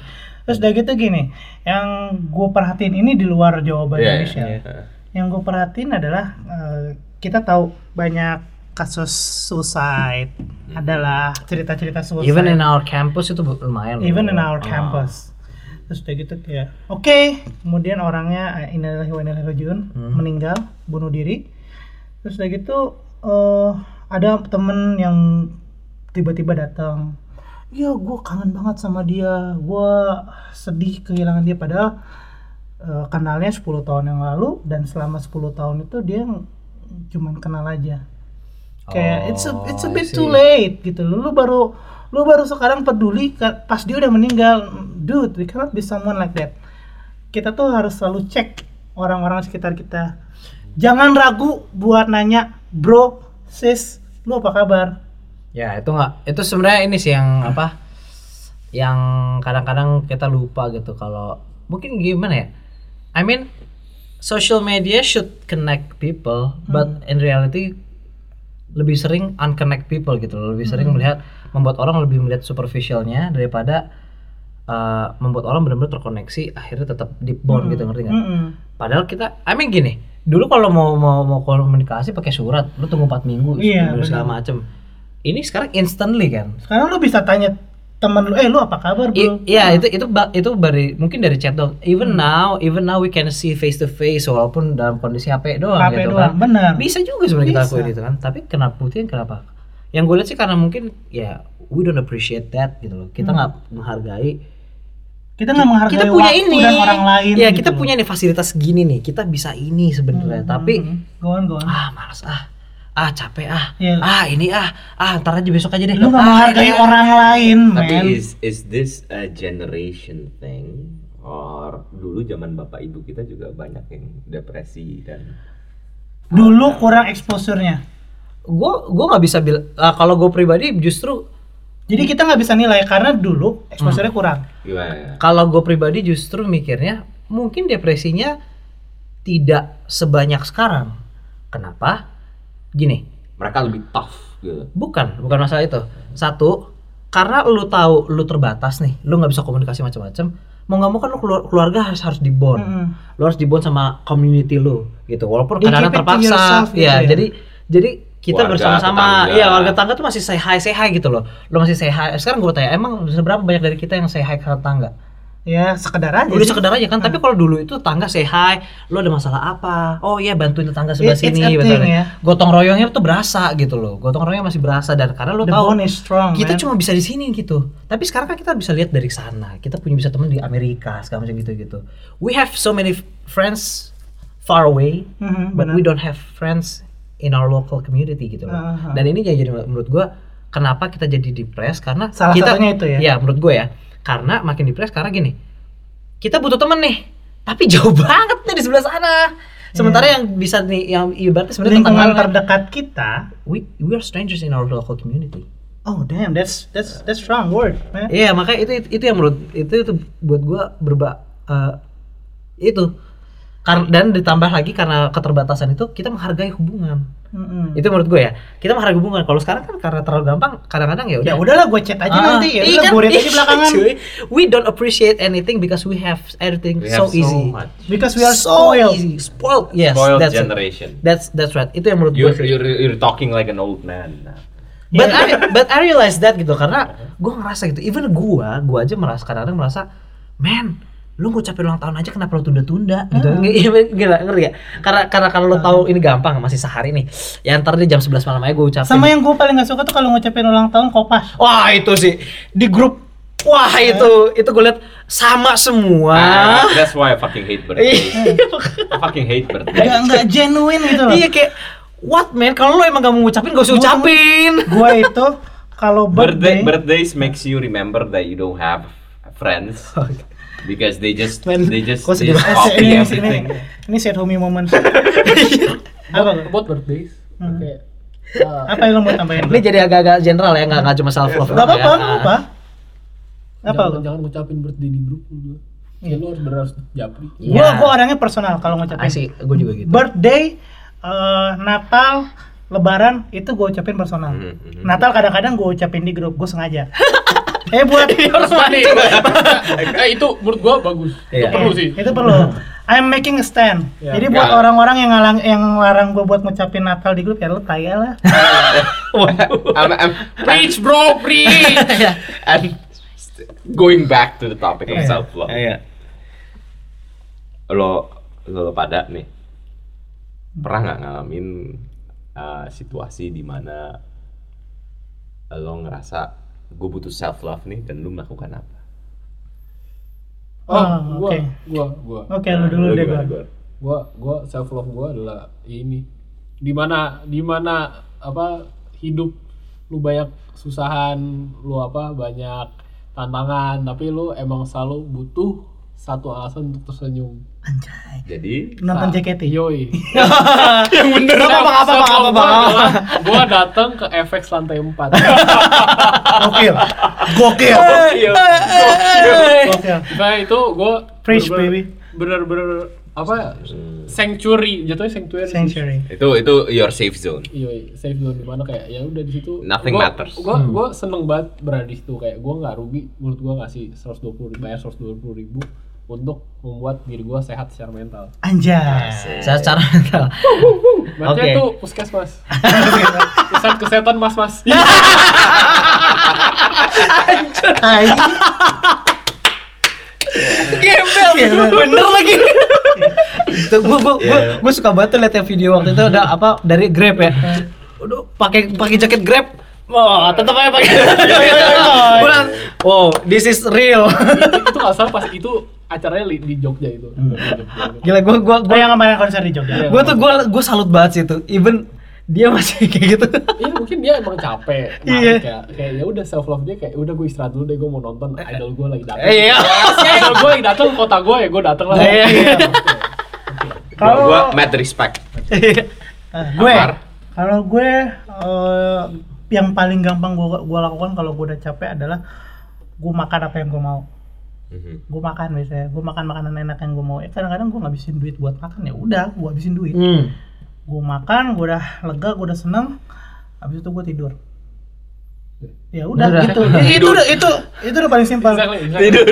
S2: terus udah gitu gini yang gue perhatiin ini di luar jawaban
S5: Iya,
S2: Indonesia
S5: iya.
S2: yang gue perhatiin adalah eh, kita tahu banyak kasus suicide
S5: Hmm.
S2: adalah cerita-cerita suicide
S4: Even in our campus itu bu- lumayan. loh.
S2: even in our
S4: Ah.
S2: campus terus udah gitu ya oke kemudian orangnya eh, innalillahi wa inna ilaihi rajiun
S4: Hmm.
S2: meninggal bunuh diri terus udah gitu eh ada temen yang tiba-tiba datang ya gue kangen banget sama dia gue sedih kehilangan dia padahal eh, kenalnya 10 tahun yang lalu dan selama 10 tahun itu dia ng- cuman kenal aja kayak it's a it's a
S4: I
S2: bit
S4: see.
S2: too late gitu lu lu baru lu baru sekarang peduli ka- pas dia udah meninggal dude we cannot be someone like that kita tuh harus selalu cek orang-orang sekitar kita jangan ragu buat nanya bro sis lu apa kabar
S4: Ya itu nggak itu sebenarnya ini sih yang apa yang kadang-kadang kita lupa gitu kalau mungkin gimana ya I mean social media should connect people but in reality lebih sering unconnect people gitu loh lebih sering melihat membuat orang lebih melihat superficialnya daripada uh, membuat orang benar-benar terkoneksi akhirnya tetap deep bond gitu ngerti nggak?
S2: Mm-mm.
S4: Padahal kita, I mean gini, dulu kalau mau mau mau komunikasi pakai surat, lu tunggu 4 minggu,
S2: Iya,
S4: seminggu, segala macem. Ini sekarang instantly kan?
S2: sekarang lu bisa tanya temen lu eh lu apa kabar
S4: I-
S2: bro
S4: Iya itu itu ba- itu dari mungkin dari chat doang. Even
S2: Hmm.
S4: now, even now we can see face to face walaupun dalam kondisi HP doang
S2: HP
S4: gitu kan.
S2: doang, benar.
S4: Bisa juga sebenarnya kita
S2: Bisa.
S4: lakuin itu kan. Tapi kenapa Putin kenapa? Yang gue lihat sih karena mungkin ya we don't appreciate that gitu loh. Kita nggak menghargai
S2: Hmm. kita nggak menghargai
S4: kita punya
S2: waktu
S4: ini
S2: dan orang lain
S4: Ya,
S2: gitu
S4: kita
S2: loh. Hmm,
S4: punya nih fasilitas gini nih. Kita bisa ini sebenarnya, tapi
S2: go on go on
S4: ah malas ah ah capek ah
S2: Iya.
S4: ah ini ah ah ntar aja besok aja deh
S2: lu nggak
S4: Ah,
S2: menghargai
S4: ini, ah.
S2: orang lain men
S5: Tapi is is this a generation thing or dulu zaman bapak ibu kita juga banyak yang depresi dan
S2: dulu kurang exposure-nya
S4: gua gua nggak bisa bilang kalau gue pribadi justru
S2: jadi kita nggak bisa nilai karena dulu exposure-nya
S4: Hmm.
S2: kurang
S5: gimana? ya?
S4: kalau gue pribadi justru mikirnya mungkin depresinya tidak sebanyak sekarang kenapa gini
S5: Mereka lebih tough gitu.
S4: bukan bukan masalah itu satu karena lu tahu lu terbatas nih lu nggak bisa komunikasi macam-macam mau nggak mau kan lu keluar- keluarga harus harus dibond
S2: Mm-mm.
S4: lu harus dibond sama community lu gitu walaupun
S2: They
S4: kadang-kadang
S2: keep it to yourself
S4: terpaksa
S2: gitu
S4: ya,
S2: ya.
S4: jadi jadi kita
S5: Warga,
S4: bersama-sama
S5: tetangga.
S4: iya warga tetangga tuh masih say hi say hi gitu loh lu masih say hi sekarang gue tanya emang seberapa banyak dari kita yang say hi ke tetangga
S2: ya sekedar aja
S4: udah
S2: sih. Iya.
S4: sekedar aja kan tapi kalau dulu itu tetangga say hi lu ada masalah apa oh iya bantuin tetangga sebelah
S2: It- it's
S4: sini
S2: a
S4: betul
S2: thing, ya.
S4: gotong royongnya tuh berasa gitu loh gotong royongnya masih berasa dan karena lu
S2: the
S4: tahu
S2: bond is strong
S4: kita
S2: man.
S4: cuma bisa di sini gitu tapi sekarang kan kita bisa lihat dari sana kita punya bisa teman di Amerika segala macam gitu gitu we have so many f- friends far away
S2: Mhm,
S4: but
S2: benar.
S4: we don't have friends in our local community gitu loh
S2: Aha.
S4: dan ini yang jadi menurut gua kenapa kita jadi depressed karena
S2: Salah
S4: kita
S2: satunya itu ya?
S4: Iya, menurut gue ya karena makin depressed karena gini kita butuh temen nih tapi <laughs> jauh banget nih di sebelah sana sementara yang bisa nih yang ibaratnya sebenarnya
S2: Iya. lingkungan
S4: tetangga-
S2: terdekat kita
S4: we we are strangers in our local community
S2: oh damn that's that's that's strong word man
S4: Iya makanya itu, itu itu yang menurut itu itu buat gua berba eh, itu Kar- dan ditambah lagi karena keterbatasan itu kita menghargai hubungan
S2: Mm-mm.
S4: itu menurut gue ya kita menghargai hubungan kalau sekarang kan karena terlalu gampang kadang-kadang ya udah
S2: ya udahlah gue chat aja
S4: Ah,
S2: nanti ya
S4: iya kan?
S2: udah gue read <laughs> aja
S4: Iya,
S2: belakangan
S4: cuy. we don't appreciate anything because we have everything
S5: We
S4: so,
S5: have
S4: easy
S5: much.
S2: because we are
S4: so
S2: spoiled
S4: easy spoiled yes
S5: Spoiled
S4: that's it.
S5: generation.
S4: that's that's right itu yang menurut gue
S5: You're, you're, you're talking like an old man.
S4: But I
S2: Iya.
S4: but I realize that gitu karena gue ngerasa gitu. Even gue gue aja merasa kadang-kadang merasa, man, lu ngucapin ulang tahun aja kenapa lu tunda-tunda gitu
S2: Hmm.
S4: Iya, men, gila ngerti ya karena karena kalau lu tahu ini gampang masih sehari nih ya ntar deh jam 11 malam aja gue ucapin
S2: sama yang gue paling gak suka tuh kalau ngucapin ulang tahun kopas
S4: wah itu sih di grup wah
S2: Hmm.
S4: itu itu gue liat sama semua
S5: Ah, that's why I fucking hate birthday.
S4: <laughs>
S2: Hmm.
S4: Iya.
S5: I fucking hate birthday.
S2: gak nggak genuine gitu loh
S4: iya kayak what man kalau lu emang gak mau ngucapin gak usah ucapin
S2: gue itu kalau
S5: Birthday
S2: birthday,
S5: birthdays makes you remember that you don't have friends
S4: <laughs>
S5: because they just
S4: Man,
S5: they just
S4: kok
S5: they just
S4: sedih
S2: Eh,
S5: copy
S2: ini, ini, ini,
S5: everything.
S2: ini set homie moment apa
S7: About, about birthdays.
S2: Hmm.
S7: Oke. Ah,
S2: apa yang lo mau tambahin
S4: <laughs> ini jadi agak-agak general ya nggak nggak cuma ya. self love
S2: Gak
S7: Iya.
S2: apa-apa, gak apa-apa. Apa Iya.
S7: jangan,
S2: lu?
S7: jangan ngucapin birthday di grup lu. Ya lu harus benar harus japri.
S4: Iya.
S2: Gua gua orangnya personal kalau ngucapin.
S4: I see, gue juga gitu.
S2: Birthday, eh, Natal, Lebaran itu gue ucapin personal.
S7: Hmm,
S2: Natal kadang-kadang gue ucapin di grup, gue sengaja. <laughs> eh buat
S7: Iya,
S2: <laughs>
S7: <laughs> eh itu menurut gua bagus. Itu
S4: Iya.
S7: perlu sih.
S2: Itu perlu. I'm making a stand.
S7: Ya.
S2: Jadi buat
S5: Ya.
S2: orang-orang yang ngalang yang larang gue buat ngucapin Natal di grup ya lu kaya lah.
S5: I'm, I'm,
S7: Preach bro,
S5: <laughs>
S7: preach.
S5: I'm going back to the topic of self love.
S4: Iya,
S5: Lo lo pada nih pernah nggak ngalamin uh, situasi di mana lo ngerasa gue butuh self love nih dan lo melakukan apa?
S7: Oh,
S2: Ah,
S7: gua,
S2: oke.
S7: gua, Iya, gua,
S2: Oke, lu dulu
S5: Lo
S2: deh
S5: gimana,
S2: gue.
S5: Gor?
S7: gua, gua self love gua adalah ini. Dimana, dimana apa hidup lu banyak susahan lu apa banyak tantangan tapi lu emang selalu butuh satu alasan untuk tersenyum
S2: Anjay.
S5: Jadi
S2: Nonton
S7: Nah,
S2: JKT.
S7: yoi
S2: Yang bener apa apa apa apa apa. apa.
S7: gue datang ke FX lantai
S2: <laughs>
S7: 4 <laughs>
S2: Gokil. Gokil.
S4: Iya.
S2: Gokil.
S7: nah itu gue
S2: Preach, baby.
S7: bener-bener apa sanctuary jatuhnya sanctuary sih.
S2: Century.
S5: itu itu your safe zone.
S7: Iya, safe zone dimana kayak ya udah di situ.
S5: Nothing
S7: gua,
S5: matters.
S7: Gua
S4: Hmm.
S7: gua seneng banget berada di situ kayak gua nggak rugi. Menurut gua ngasih 120 ribu, bayar 120 ribu untuk membuat diri gua sehat secara mental.
S2: Anjay.
S7: Iya,
S2: <laughs>
S4: Saya secara mental.
S7: Berarti
S4: Oke.
S7: itu puskesmas. Pusat kesehatan mas-mas.
S4: Iya.
S2: Tai.
S4: Gembel, Iya, bener lagi. Iya. Itu gua gua gua, gua suka banget tuh liat yang video waktu itu ada apa dari Grab ya. Aduh, pakai pakai jaket Grab. Wah, tetap aja pakai. iya. Gua liat, Wow, this is real.
S7: itu nggak salah pas itu acaranya li- di Jogja itu.
S4: Hmm.
S7: Di Jogja.
S4: Gila gua gua
S2: Gua
S4: gua
S2: yang kemarin konser di Jogja.
S4: gua tuh gua gua salut banget sih itu. Even dia masih <laughs> kayak gitu.
S7: Iya mungkin dia emang capek. Nah,
S4: Iya.
S7: Kayak, kayak ya udah self love dia kayak udah gue istirahat dulu deh gue mau nonton idol gue lagi datang.
S4: Eh, Iya.
S7: Idol gue lagi datang kota gue ya gue datang lah.
S4: Iya.
S2: Kalau-
S5: Kalau gua mad respect.
S2: Eh, gue
S5: Amar.
S2: kalau gue eh, yang paling gampang gue gue lakukan kalau gue udah capek adalah gue makan apa yang gue mau
S5: Mhm.
S2: gue makan biasanya gue makan makanan enak yang gue mau ya kadang-kadang gue ngabisin duit buat makan ya udah gue habisin duit
S4: Hmm.
S2: gue makan gue udah lega gue udah seneng habis itu gue tidur ya udah
S4: Udah.
S2: gitu Ya, itu udah itu itu udah paling simpel
S7: Exactly, exactly.
S2: tidur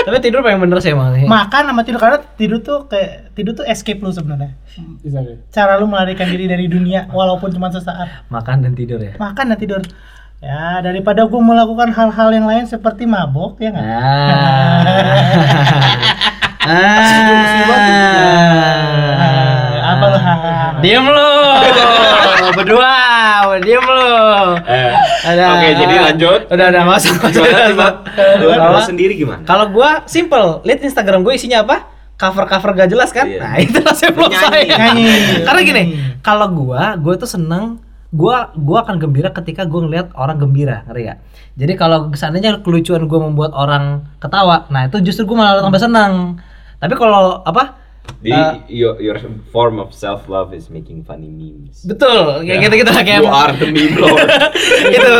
S4: Tapi tidur paling bener sih emang.
S2: makan sama tidur karena tidur tuh kayak tidur tuh escape lu sebenarnya
S7: Exactly.
S2: cara lu melarikan diri dari dunia walaupun cuma sesaat
S4: Makan dan tidur ya.
S2: makan dan tidur ya daripada gue melakukan hal-hal yang lain seperti mabok ya nggak
S4: Ah. Ah.
S2: apa lu hahaha.
S4: Diam
S2: <laughs>
S4: lu. Berdua, diam lu.
S5: Eh,
S4: Ada-
S5: Oke, jadi lanjut.
S4: Udah udah masuk.
S5: Gimana sih, Bang? Lu-
S4: Kalau-
S5: lu sendiri gimana?
S4: Kalau gua simple, lihat Instagram gue isinya apa? Cover-cover gak jelas kan?
S5: Iya.
S4: Nah, <laughs> itulah saya belum saya.
S5: Nyanyi.
S2: Nyanyi.
S4: Karena gini, kalau gua, gua tuh seneng gua gua akan gembira ketika gua ngeliat orang gembira, ngerti gak? Jadi kalau seandainya kelucuan gua membuat orang ketawa, nah itu justru gua malah tambah senang. Tapi kalau apa?
S5: Di
S4: Eh,
S5: your, your form of self love is making funny memes.
S4: betul, kayak
S5: Ya.
S4: gitu-gitu lah kayak
S5: You
S4: <laughs>
S5: are the meme lord.
S4: itu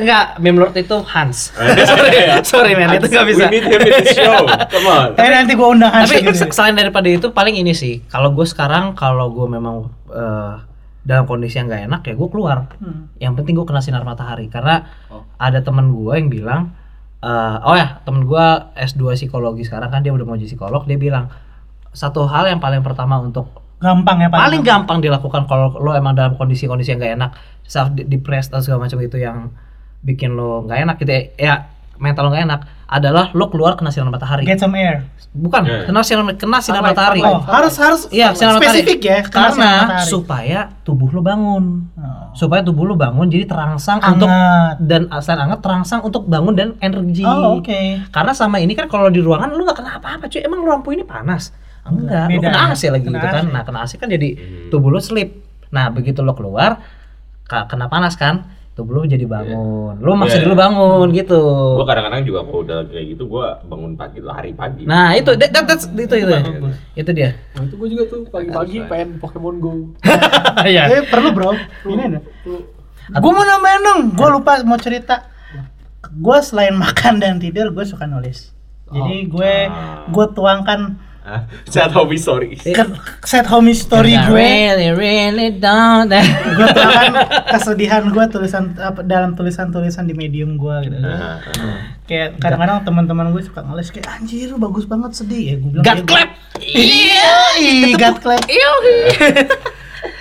S4: enggak meme lord itu Hans. <laughs> sorry, sorry man, itu nggak bisa.
S5: Eh, We need him in the
S4: <laughs>
S5: show. Come on.
S2: eh nanti gue undang Hans
S4: tapi
S2: gitu.
S4: se- selain daripada itu paling ini sih kalau gue sekarang kalau gue memang eh, dalam kondisi yang nggak enak ya gue keluar yang penting gue kena sinar matahari karena ada teman gue yang bilang eh, oh ya temen gue S2 psikologi sekarang kan dia udah mau jadi psikolog dia bilang satu hal yang paling pertama untuk
S2: gampang ya
S4: paling gampang dilakukan kalau lo emang dalam kondisi-kondisi yang gak enak self depressed dan segala macam itu yang bikin lo nggak enak gitu ya, ya mental lo nggak enak adalah lo keluar kena sinar matahari
S2: get some air
S4: bukan
S5: Ya, ya.
S4: kena sinar kena sinar
S7: Sunlight,
S4: matahari
S2: oh harus harus
S4: Iya, sinar matahari.
S2: spesifik ya kena
S4: karena
S2: sinar matahari.
S4: supaya tubuh lo bangun
S2: Oh.
S4: supaya tubuh lo bangun jadi terangsang untuk
S2: hangat
S4: dan selain hangat terangsang untuk bangun dan energi
S2: oh oke
S4: karena sama ini kan kalau di ruangan lu nggak kena apa-apa cuy emang lampu ini panas enggak lu
S2: Beda.
S4: kena AC lagi
S2: Kena
S4: gitu kan
S2: AC.
S4: nah kena AC kan jadi
S5: Hmm.
S4: tubuh lu sleep nah begitu lo keluar ka- kena panas kan tubuh lu jadi bangun lu maksa
S5: Iya.
S4: dulu bangun gitu
S5: Gua kan- kadang-kadang juga kalau udah kayak gitu gua bangun pagi lari pagi. <laughs>
S4: nah itu that, that- that's- itu itu
S2: kan
S4: ya. itu dia
S2: <laughs>
S7: Nah, itu gue juga tuh pagi-pagi pengen Pokemon Go.
S4: Iya.
S2: eh perlu bro ini ada gue mau nambahin dong gue lupa mau cerita gue selain makan dan tidur gue suka nulis jadi
S4: Oh.
S2: gue gue tuangkan
S5: Ah, Sad hobby
S4: <laughs>
S5: sorry.
S2: ke- set home story
S4: I
S2: gue
S4: really really don't <laughs>
S2: gue tuangkan kesedihan gue tulisan apa, dalam tulisan-tulisan di medium gue gitu
S4: Nah.
S5: Ah, ah.
S2: kayak kadang-kadang teman-teman gue suka ngeles kayak anjir lu bagus banget sedih ya gue bilang
S4: God
S2: "Ya,
S4: clap
S2: iya gut clap
S4: Yoi.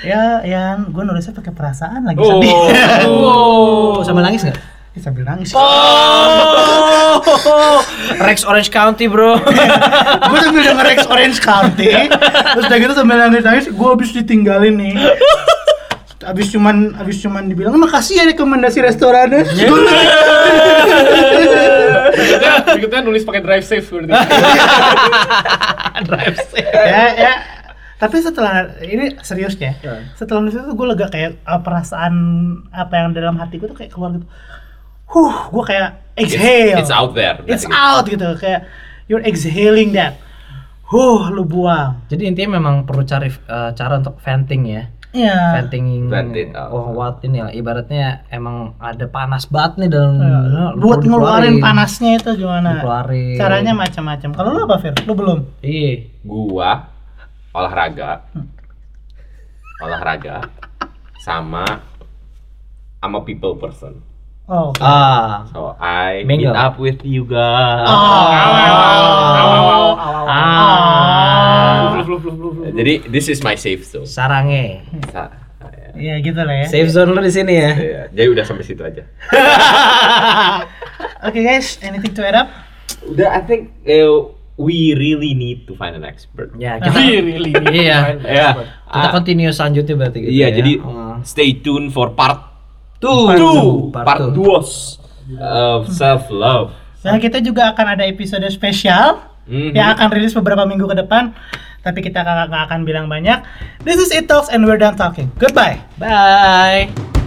S2: ya ya gue nulisnya pakai perasaan lagi
S5: Oh.
S2: sedih <laughs>
S4: Oh, sama nangis nggak
S2: Ya, sambil nangis
S4: oh Rex Orange County bro <laughs>
S2: gue sambil denger Rex Orange County terus udah gitu sambil nangis nangis gue abis ditinggalin nih abis cuman abis cuman dibilang makasih ya rekomendasi restorannya
S7: <laughs>
S5: Iya.
S7: Berikutnya, berikutnya nulis pakai drive safe berarti.
S2: ya ya Tapi setelah ini seriusnya,
S5: Iya.
S2: setelah nulis itu gue lega kayak uh, perasaan apa yang dalam hati gue tuh kayak keluar gitu. Huh, gue kayak exhale.
S5: It's out there.
S2: It's out gitu kayak you're exhaling that. Huh, lu buang.
S4: Jadi intinya memang perlu cari eh, cara untuk venting ya.
S2: Iya.
S4: Venting,
S5: Vent it out.
S4: oh, what ini lah. Ibaratnya emang ada panas banget nih dalam. Nah, lu
S2: Iya, Buat
S4: perlu
S2: ngeluarin
S4: keluarin.
S2: panasnya itu gimana?
S4: Dikeluarin.
S2: Caranya macam-macam. Kalau lu apa, Fir? Lu belum?
S4: Iya.
S5: Gua olahraga. Olahraga sama I'm a people person.
S2: Oh. oke.
S4: Ah.
S5: So I
S4: Mingle. Oh.
S5: meet up with you guys.
S4: Ah.
S7: Flu, flu, flu, flu, flu.
S5: Jadi this is my safe zone.
S4: Sarange.
S5: Sa-
S2: Iya gitu lah ya.
S4: Safe zone lu di sini ya.
S5: ya, jadi udah sampai situ aja.
S2: Oke guys, anything to add up?
S5: Udah I think eh, we really need to find an expert.
S4: Ya, kita
S7: Really,
S4: <laughs>
S7: really.
S4: Iya.
S5: Ya.
S4: kita kan-
S5: ah,
S4: continue selanjutnya berarti gitu
S5: Iya,
S4: ya.
S5: jadi
S4: Oh.
S5: stay tune for part
S4: Tuh,
S5: two,
S4: part
S5: part Uh,
S4: two.
S5: duos of self love.
S2: Nah, kita juga akan ada episode spesial
S4: Mhm.
S2: yang akan rilis beberapa minggu ke depan. Tapi kita nggak nggak akan bilang banyak. This is It Talks and we're done talking. Goodbye.
S4: Bye.